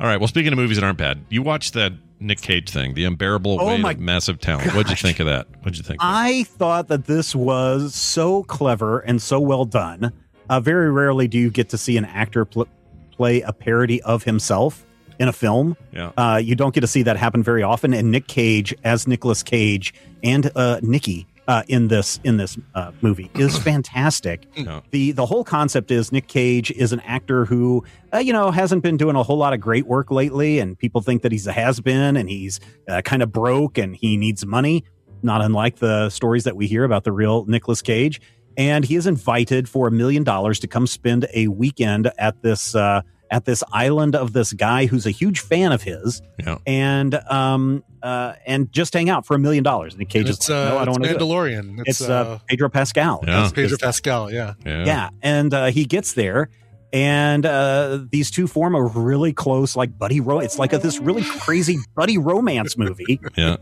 All right. Well, speaking of movies that aren't bad, you watched that Nick Cage thing, The Unbearable Oh Weight my Uh, of Massive Talent. What'd you think of that? What'd you think? I thought that this was so clever and so well done. Uh, very rarely do you get to see an actor pl- play a parody of himself in a film. Yeah. Uh, you don't get to see that happen very often. And Nick Cage as Nicolas Cage and uh, Nikki uh, in this in this uh, movie is fantastic. The the whole concept is Nick Cage is an actor who uh, you know hasn't been doing a whole lot of great work lately, and people think that he's a has been and he's uh, kind of broke and he needs money. Not unlike the stories that we hear about the real Nicolas Cage. And he is invited for a million dollars to come spend a weekend at this uh, at this island of this guy who's a huge fan of his, yeah. and um uh and just hang out for a million dollars. And Nick Cage And is it's, like, no, uh, I don't it's want to. Mandalorian. It's, It's, uh, oh, uh, Pedro Pascal. That's is- Pedro is- Pascal. Yeah. yeah. and uh, he gets there, and uh, these two form a really close, like buddy ro. It's like a, this really crazy buddy romance movie. Yeah.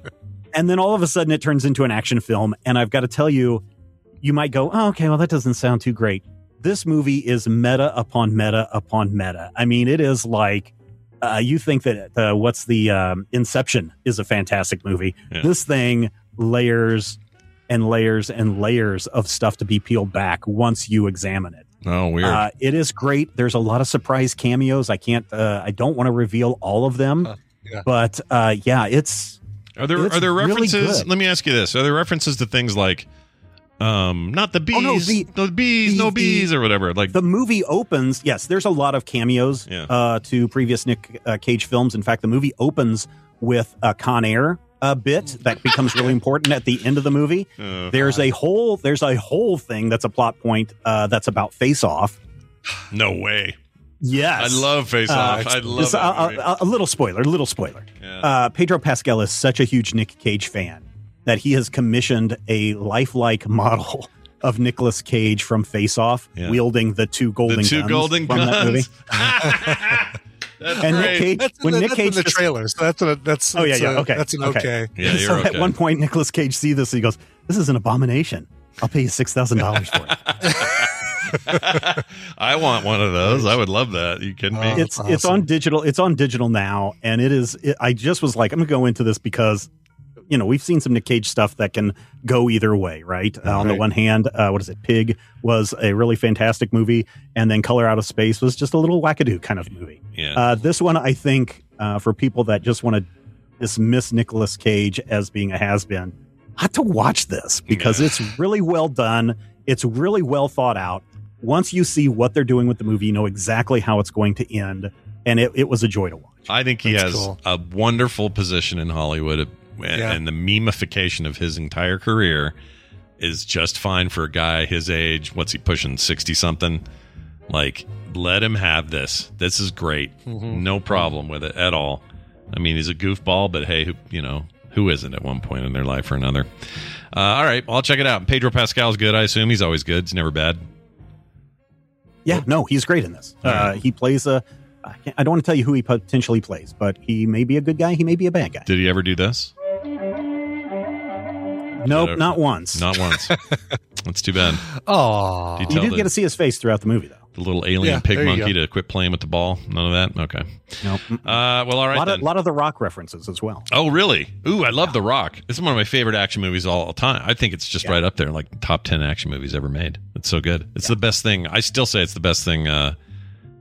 And then all of a sudden, it turns into an action film. And I've got to tell you, you might go, oh, "Okay, well, that doesn't sound too great." This movie is meta upon meta upon meta. I mean, it is like uh, you think that uh, what's the um, Inception is a fantastic movie. This thing layers and layers and layers of stuff to be peeled back once you examine it. Oh, weird. Uh, it is great. There's a lot of surprise cameos. I can't. Uh, I don't want to reveal all of them, but uh, yeah, it's. Are there it's are there really references? good. let me ask you this: Are there references to things like, um, not the bees, Oh, no, the- the, bees, no bees, or whatever? Like the movie opens. Yes, there's a lot of cameos uh, to previous Nick uh, Cage films. In fact, the movie opens with a Con Air uh, bit that becomes really important at the end of the movie. Uh, there's a whole there's a whole thing that's a plot point uh, that's about Face Off. no way. Yes, I love Face Uh, Off. I it's- love it's a, that movie. a- a- a little spoiler. Little spoiler. Yeah. Uh, Pedro Pascal is such a huge Nick Cage fan that he has commissioned a lifelike model of Nicolas Cage from Face Off, wielding the two golden two guns golden from that guns. movie. That's and Nick Cage, That's in when the, Nick that's Cage in the just- trailer, so that's a, that's Oh yeah, that's yeah, a- okay, that's an okay. Yeah, you're so at okay. one point, Nicolas Cage sees this. He goes, "This is an abomination. I'll pay you six thousand dollars for it." I want one of those. I would love that. you kidding me? Uh, it's it's on digital. It's on digital now, and it is. It, I just was like, I'm gonna go into this because, you know, we've seen some Nick Cage stuff that can go either way, right? Uh, on the Right. one hand, uh, what is it? Pig was a really fantastic movie, and then Color Out of Space was just a little wackadoo kind of movie. Yeah. Uh, this one, I think, uh, for people that just want to dismiss Nicolas Cage as being a has been, ought to watch this because it's really well done. It's really well thought out. Once you see what they're doing with the movie, you know exactly how it's going to end. And it, it was a joy to watch. I think he That's has cool. a wonderful position in Hollywood, uh, and, Yeah. and the memification of his entire career is just fine for a guy his age. What's he pushing? Sixty something. Like, let him have this. This is great. Mhm. Mm-hmm. No problem with it at all. I mean, he's a goofball, but hey, who, you know who isn't at one point in their life or another. Uh, all right, well, I'll check it out. Pedro Pascal's good. I assume he's always good. It's never bad. Yeah, no, he's great in this. Uh, he plays a. I, can't, I don't want to tell you who he potentially plays, but he may be a good guy. He may be a bad guy. Did he ever do this? Nope, not once. Not once. That's too bad. Oh, Do you you tell did the- get to see his face throughout the movie, though. the little alien Yeah, pig there you monkey go. to quit playing with the ball. None of that. Okay. Nope. Uh, well, all right. a lot then. of, lot of the rock references as well. oh, really? Ooh, I love The Rock. This is one of my favorite action movies of all time. I think it's just right up there, like top ten action movies ever made. It's so good. It's the best thing. I still say it's the best thing. Uh,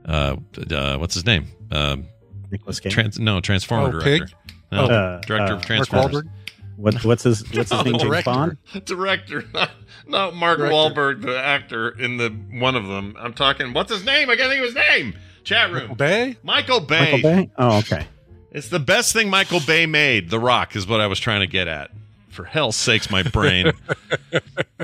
uh, uh what's his name? Um, Nicholas Cage. Trans- no, Transformer Oh, director. Pig? No, Oh. Uh, director uh, of Mark Transformers. Wahlberg? What, what's his What's his name? James Bond. Director, not, not Mark Director. Wahlberg, the actor in the one of them. I'm talking. What's his name? I can't think of his name. Chat room. Bay. Michael Bay. Michael Bay. Oh, okay. It's the best thing Michael Bay made. The Rock is what I was trying to get at. For hell's sakes, my brain.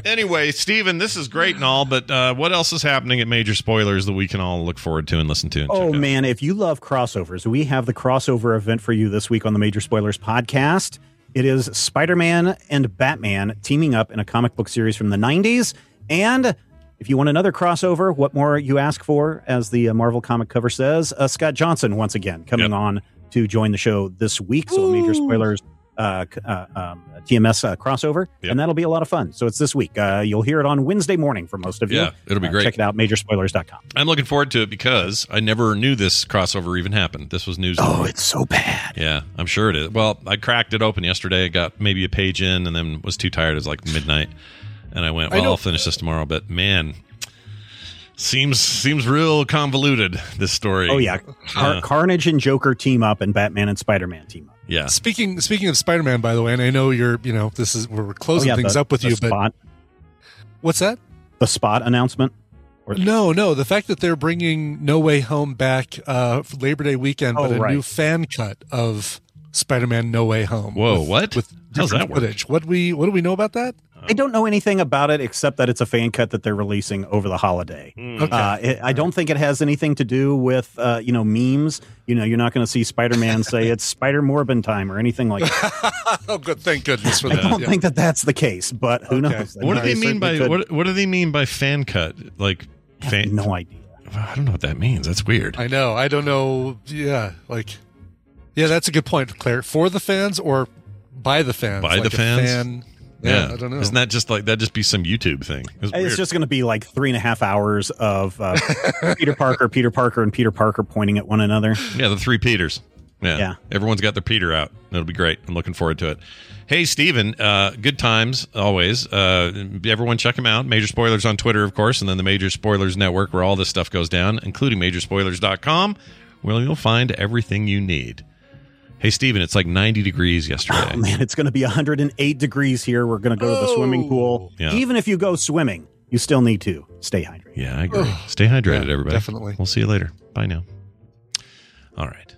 anyway, Steven, this is great and all, but uh, what else is happening at Major Spoilers that we can all look forward to and listen to? And check Oh out? man, if you love crossovers, we have the crossover event for you this week on the Major Spoilers podcast. It is Spider-Man and Batman teaming up in a comic book series from the 90s and if you want another crossover, what more you ask for as the uh, Marvel comic cover says, uh, Scott Johnson once again coming on to join the show this week. So a Major Spoilers uh, c- uh, um, TMS uh, crossover, and that'll be a lot of fun. So it's this week. Uh, you'll hear it on Wednesday morning for most of you. Yeah, it'll be Uh, great. check it out, majorspoilers.com. I'm looking forward to it because I never knew this crossover even happened. This was news. Oh, it's so bad. Yeah, I'm sure it is. Well, I cracked it open yesterday. I got maybe a page in and then was too tired. It was like midnight. And I went, I well, know- I'll finish this tomorrow. But man, seems seems real convoluted, this story. Oh yeah, Car- Uh, Carnage and Joker team up, and Batman and Spider Man team up. yeah. Speaking speaking of Spider Man, by the way, and I know you're you know this is we're closing Oh, yeah, things the- up with the you, spot, but what's that? the spot announcement. No, no. The fact that they're bringing No Way Home back uh, for Labor Day weekend, Oh, but a right. new fan cut of Spider-Man No Way Home. Whoa, with- what? With How's different that work? footage. What we what do we know about that? Uh-huh. I don't know anything about it except that it's a fan cut that they're releasing over the holiday. Hmm. Okay. Uh, it, I don't think it has anything to do with uh, you know memes. You know, you're not going to see Spider Man say it's Spider Morbin time or anything like. that. Oh, good. Thank goodness for I that. don't Yeah. think that that's the case, but who Okay. knows? What do they mean by Could- what? What do they mean by fan cut? Like, fan, No idea. I don't know what that means. That's weird. I know. I don't know. Yeah, like yeah, that's a good point, Claire. For the fans or by the fans? By Like the a fans? fan Yeah, I don't know. Isn't that just like that? Just be some YouTube thing. It's, It's weird. just going to be like three and a half hours of uh, Peter Parker, Peter Parker, and Peter Parker pointing at one another. yeah, the three Peters. Yeah. Yeah. everyone's got their Peter out. It'll be great. I'm looking forward to it. Hey, Steven, uh, good times always. Uh, everyone, check him out. Major Spoilers on Twitter, of course, and then the Major Spoilers Network, where all this stuff goes down, including MajorSpoilers.com, where you'll find everything you need. Hey, Steven, it's like 90 degrees yesterday. Oh, Man, it's going to be 108 degrees here. We're going to go to the swimming pool. Oh. Yeah. Even if you go swimming, you still need to stay hydrated. Yeah, I agree. Stay hydrated, Yeah, everybody. definitely. We'll see you later. Bye now. All right.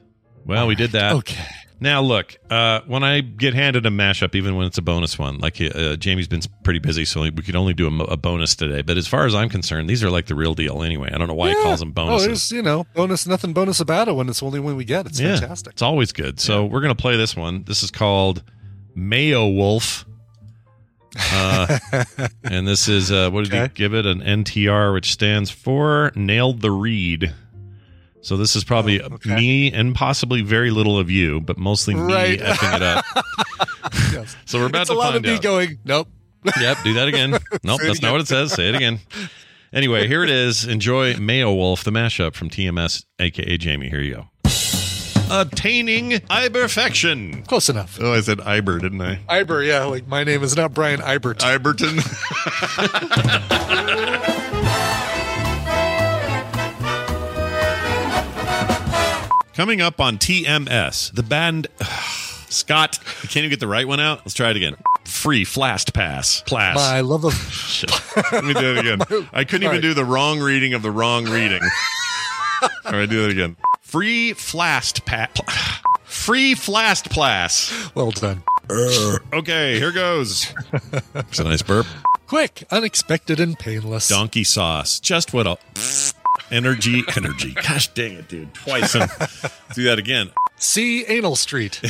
Well, we did that. Okay. Now look, uh, when I get handed a mashup, even when it's a bonus one, like uh, Jamie's been pretty busy, so we could only do a, mo- a bonus today. But as far as I'm concerned, these are like the real deal anyway. I don't know why he Yeah. calls them Oh, bonuses. there's you know bonus nothing bonus about it when it's only when we get. It's Yeah, fantastic. It's always good. So we're gonna play this one. This is called Mayo Wolf. Uh, and this is uh, what did he Okay. give it? An NTR, which stands for Nailed the Read. So this is probably Oh, okay. me and possibly very little of you, but mostly Right. me effing it up. Yes. So we're about it's to a lot find of me out. going. Nope. Yep, do that again. Nope, Say it that's not again. what it says. Say it again. Anyway, here it is. Enjoy Mayo Wolf, the mashup from TMS, aka Jamie. Here you go. Attaining Iberfection. Close enough. Oh, I said Iber, didn't I? Iber, yeah, like my name is not Brian Ibert. Iberton. Coming up on TMS, the band. Scott, I can't even get the right one out. Let's try it again. Free flast pass. Class. my love of Shit. Let me do it again. I couldn't even Sorry. do the wrong reading of the wrong reading. All right, do that again. Free flast pat. Free flast plas. well done. Okay, here goes. It's a nice burp. Quick, unexpected, and painless. Donkey sauce. Just what a energy, energy. Gosh dang it, dude. Twice. And do that again. See Anal Street.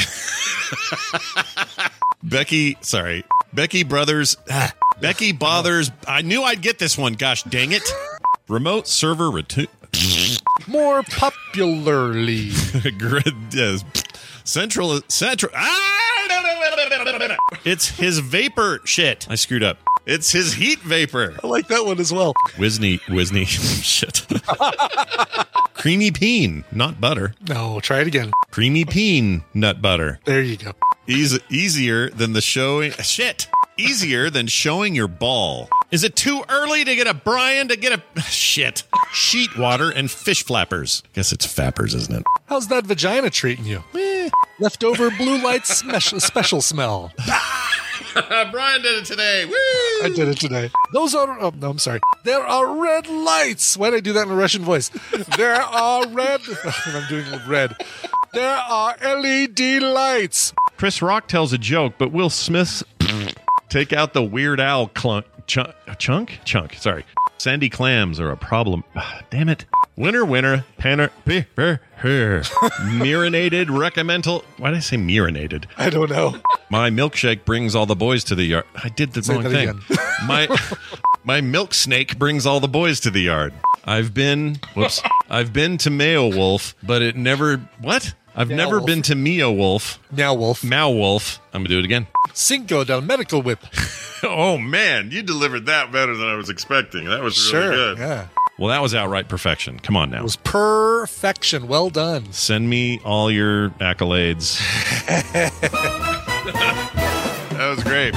Becky, sorry. Becky Brothers. ah, Becky Bothers. I knew I'd get this one. Gosh dang it. Remote server retu- More popularly, Grid yes. Central Central ah! It's his vapor shit. I screwed up. It's his heat vapor. I like that one as well. Wisney Wisney shit. Creamy peen, not butter. No, try it again. Creamy peen nut butter. There you go. Eas easier than the showing shit. Easier than showing your ball. Is it too early to get a Brian to get a shit sheet water and fish flappers? Guess it's fappers, isn't it? How's that vagina treating you? Eh, leftover blue light smesh- special smell. Uh, Brian did it today. Woo! I did it today. Those are. Oh, no, I'm sorry. There are red lights. Why did I do that in a Russian voice? There are red. I'm doing red. There are LED lights. Chris Rock tells a joke, but Will Smith's take out the Weird Owl clunk, chunk, chunk, chunk. Sorry, sandy clams are a problem. Ah, Damn it! Winner, winner, panner, pe- per- her. Marinated, recommendal. Why did I say marinated? I don't know. My milkshake brings all the boys to the yard. I did the Say wrong that thing. again. my my milk snake brings all the boys to the yard. I've been whoops. I've been to Mayo Wolf, but it never what? I've never Wolf. been to Mio Wolf. Now, Wolf. Mal Wolf. I'm gonna do it again. Cinco del Medical Whip. Oh man, you delivered that better than I was expecting. That was sure. Yeah. Well, that was outright perfection. Come on now. It was perfection. Well done. Send me all your accolades. that was great.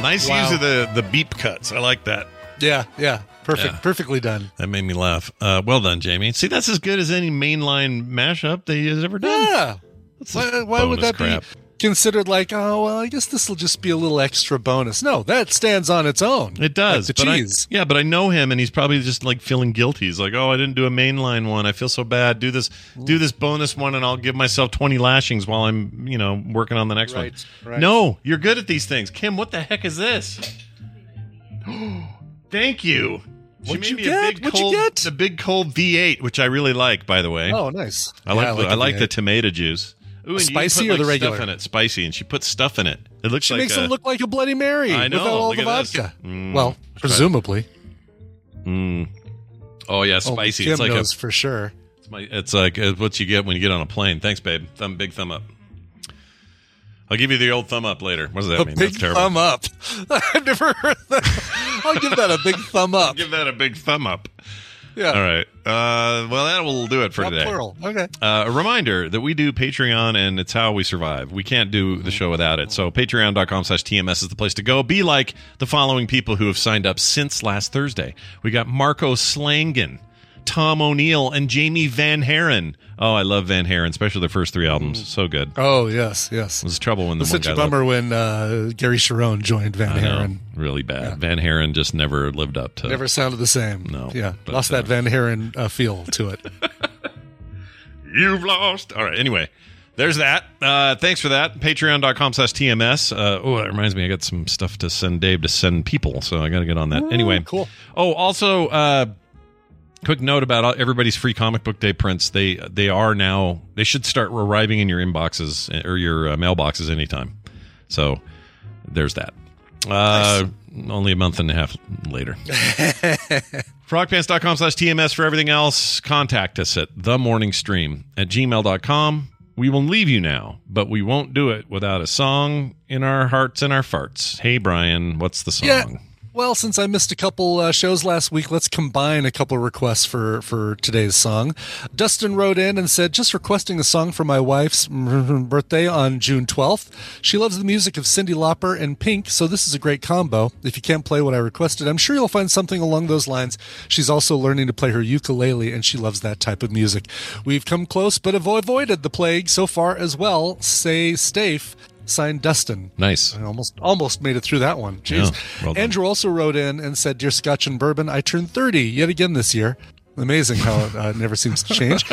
Nice Wow. use of the the beep cuts. I like that. Yeah. Yeah. Perfect. Yeah. Perfectly done. That made me laugh. Uh, well done, Jamie. See, that's as good as any mainline mashup that he has ever done. Yeah. Hmm. That's Why, just why would bonus that crap. be considered like, oh, well, I guess this will just be a little extra bonus? No, that stands on its own. It does. Like the but I, cheese. yeah, but I know him and he's probably just like feeling guilty. He's like, "Oh, I didn't do a mainline one. I feel so bad. Do this Mm. do this bonus one and I'll give myself 20 lashings while I'm, you know, working on the next Right, one." right. No, you're good at these things. Kim, what the heck is this? Thank you. She What'd made you me get? a big What'd you cold get? a big cold V8, which I really like by the way. Oh, nice. I like Yeah, the, I like the V8. tomato juice. Ooh, and you Spicy put, or like, the Stuff regular? in it. Spicy, and she put stuff in it. It looks She like makes a, it look like a Bloody Mary I know, without all look the at this. vodka. Mm. Well, presumably. Mm. Oh yeah, Oh, spicy. Kim it's like a, knows for sure. it's, my, it's like uh, what you get when you get on a plane. Thanks, babe. Thumb big thumb up. I'll give you the old thumb up later. What does that a mean? big That's terrible. thumb up. I've never heard that. I'll give that a big thumb up. Give that a big thumb up. Yeah. All right. Uh, well, that will do it for Not today. plural. Okay. Uh, a reminder that we do Patreon and it's how we survive. We can't do the show without it. So patreon.com slash TMS is the place to go. Be like the following people who have signed up since last Thursday. We got Marco Slangen, Tom O'Neill, and Jamie Van Haren. Oh, I love Van Haren, especially their first three albums. So good. Oh yes, yes. It was trouble when It the was one such guy a left. bummer when uh, Gary Sharon joined Van I know. Haren. Really bad. Van Haren just never lived up to Never sounded the same. No, Yeah. but, Lost that Van Haren uh, feel to it. You've lost. All right. Anyway, there's that. Uh, thanks for that. Patreon.com slash TMS. Uh, oh, that reminds me. I got some stuff to send Dave to send people. So I got to get on that. Anyway. Cool. Oh, also, uh, quick note about all- everybody's free comic book day prints. They they are now, they should start arriving in your inboxes uh, or your uh, mailboxes anytime. So there's that. Uh, Only a month and a half later. frogpants.com slash tms for everything else contact us at the morning stream at gmail.com we will leave you now but we won't do it without a song in our hearts and our farts hey brian what's the song Yeah. Well, since I missed a couple uh, shows last week, let's combine a couple requests for for today's song. Dustin wrote in and said, "Just requesting a song for my wife's birthday on June 12th. She loves the music of Cindy Lauper and Pink, so this is a great combo. If you can't play what I requested, I'm sure you'll find something along those lines. She's also learning to play her ukulele, and she loves that type of music. We've come close, but have avoided the plague so far as well. Say safe." Signed Dustin. nice I almost almost made it through that one. Jeez. Yeah, well done. Andrew also wrote in and said, "Dear Scotch and Bourbon, I turned 30 yet again this year. Amazing how it uh, never seems to change.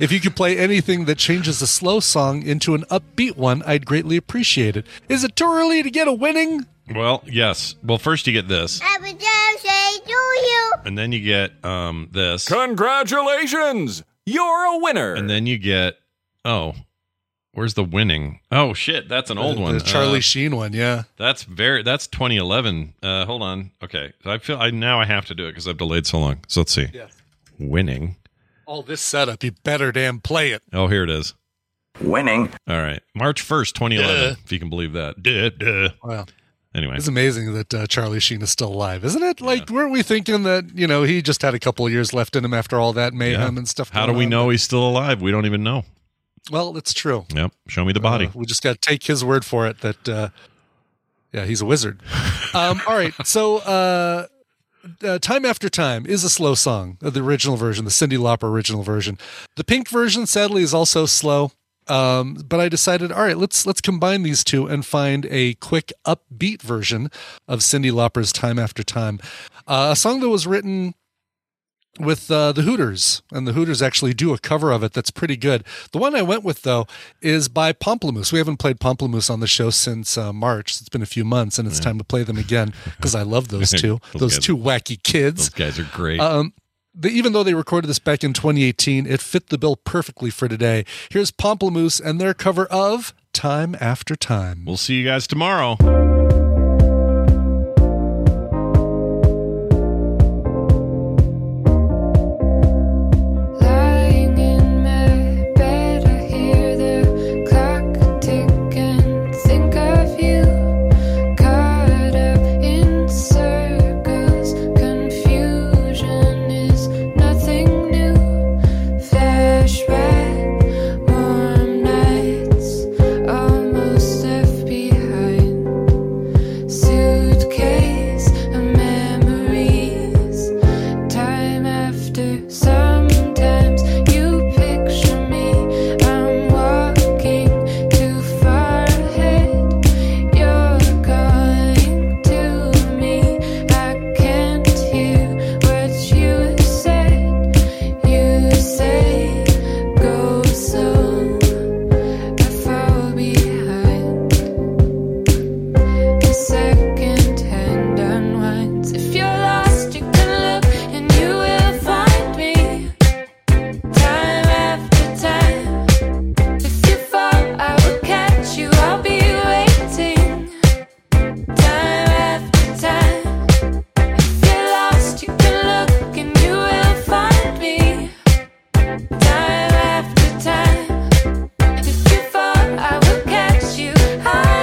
if you could play anything that changes a slow song into an upbeat one, I'd greatly appreciate it. Is it too early to get a winning? well yes well first you get this I would just say to you. and then you get um this Congratulations! You're a winner. and then you get oh where's the winning oh shit that's an old The- one the Charlie Uh, Sheen one. Yeah, That's very. That's 2011. Uh, hold on. Okay. So I feel. I now I have to do it because I've delayed so long. So let's see. Yes. Winning. all this setup. You better damn play it. Oh, here it is. Winning. All right. March 1st, 2011. Duh. If you can believe that. Duh, duh. Wow, Anyway. it's amazing that uh, Charlie Sheen is still alive, isn't it? Like, weren't we thinking that you know he just had a couple of years left in him after all that mayhem Yeah. and stuff? How do going we on? know he's still alive? We don't even know. Well, it's true. Yep. Show me the body. Uh, we just got to take his word for it that, uh, yeah, he's a wizard. Um, all right. So, uh, uh, Time After Time is a slow song, uh, the original version, the Cindy Lauper original version. The pink version, sadly, is also slow. Um, but I decided, all right, let's let's combine these two and find a quick upbeat version of Cindy Lauper's "Time After Time," uh, a song that was written with uh, the Hooters, and the Hooters actually do a cover of it that's pretty good. The one I went with though is by Pomplamoose. We haven't played Pomplamoose on the show since uh, March. It's been a few months, and it's time to play them again because I love those two, Those those guys- two wacky kids. Those guys are great. Um, the, even though they recorded this back in 2018, it fit the bill perfectly for today. Here's Pomplamoose and their cover of "Time After Time." we'll see you guys tomorrow. Lying in my bed, I hear the clock ticking. Think of you, caught up in circles. Confusion is nothing new. Flashback, warm nights, almost left behind. Suitcase of memories. Time after sometimes you picture me. I'm walking too far ahead. You're calling to me. I can't hear what you said. You say go slow. I fall behind. The second hand unwinds. If you're lost, you can look and you will find me. Time after time. If you fall, I will catch you. I'll be waiting. Time after time. If you're lost, you can look and you will find me. Time after time. If you fall, I will catch you. I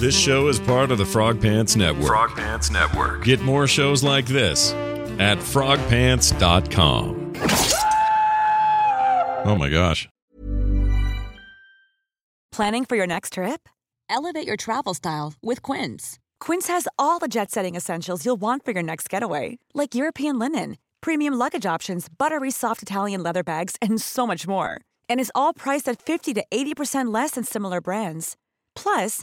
This show is part of the Frog Pants Network. Frog Pants Network. Get more shows like this at frogpants.com. Oh my gosh. Planning for your next trip? Elevate your travel style with Quince. Quince has all the jet setting essentials you'll want for your next getaway, like European linen, premium luggage options, buttery soft Italian leather bags, and so much more. And is all priced at 50 to 80% less than similar brands. Plus,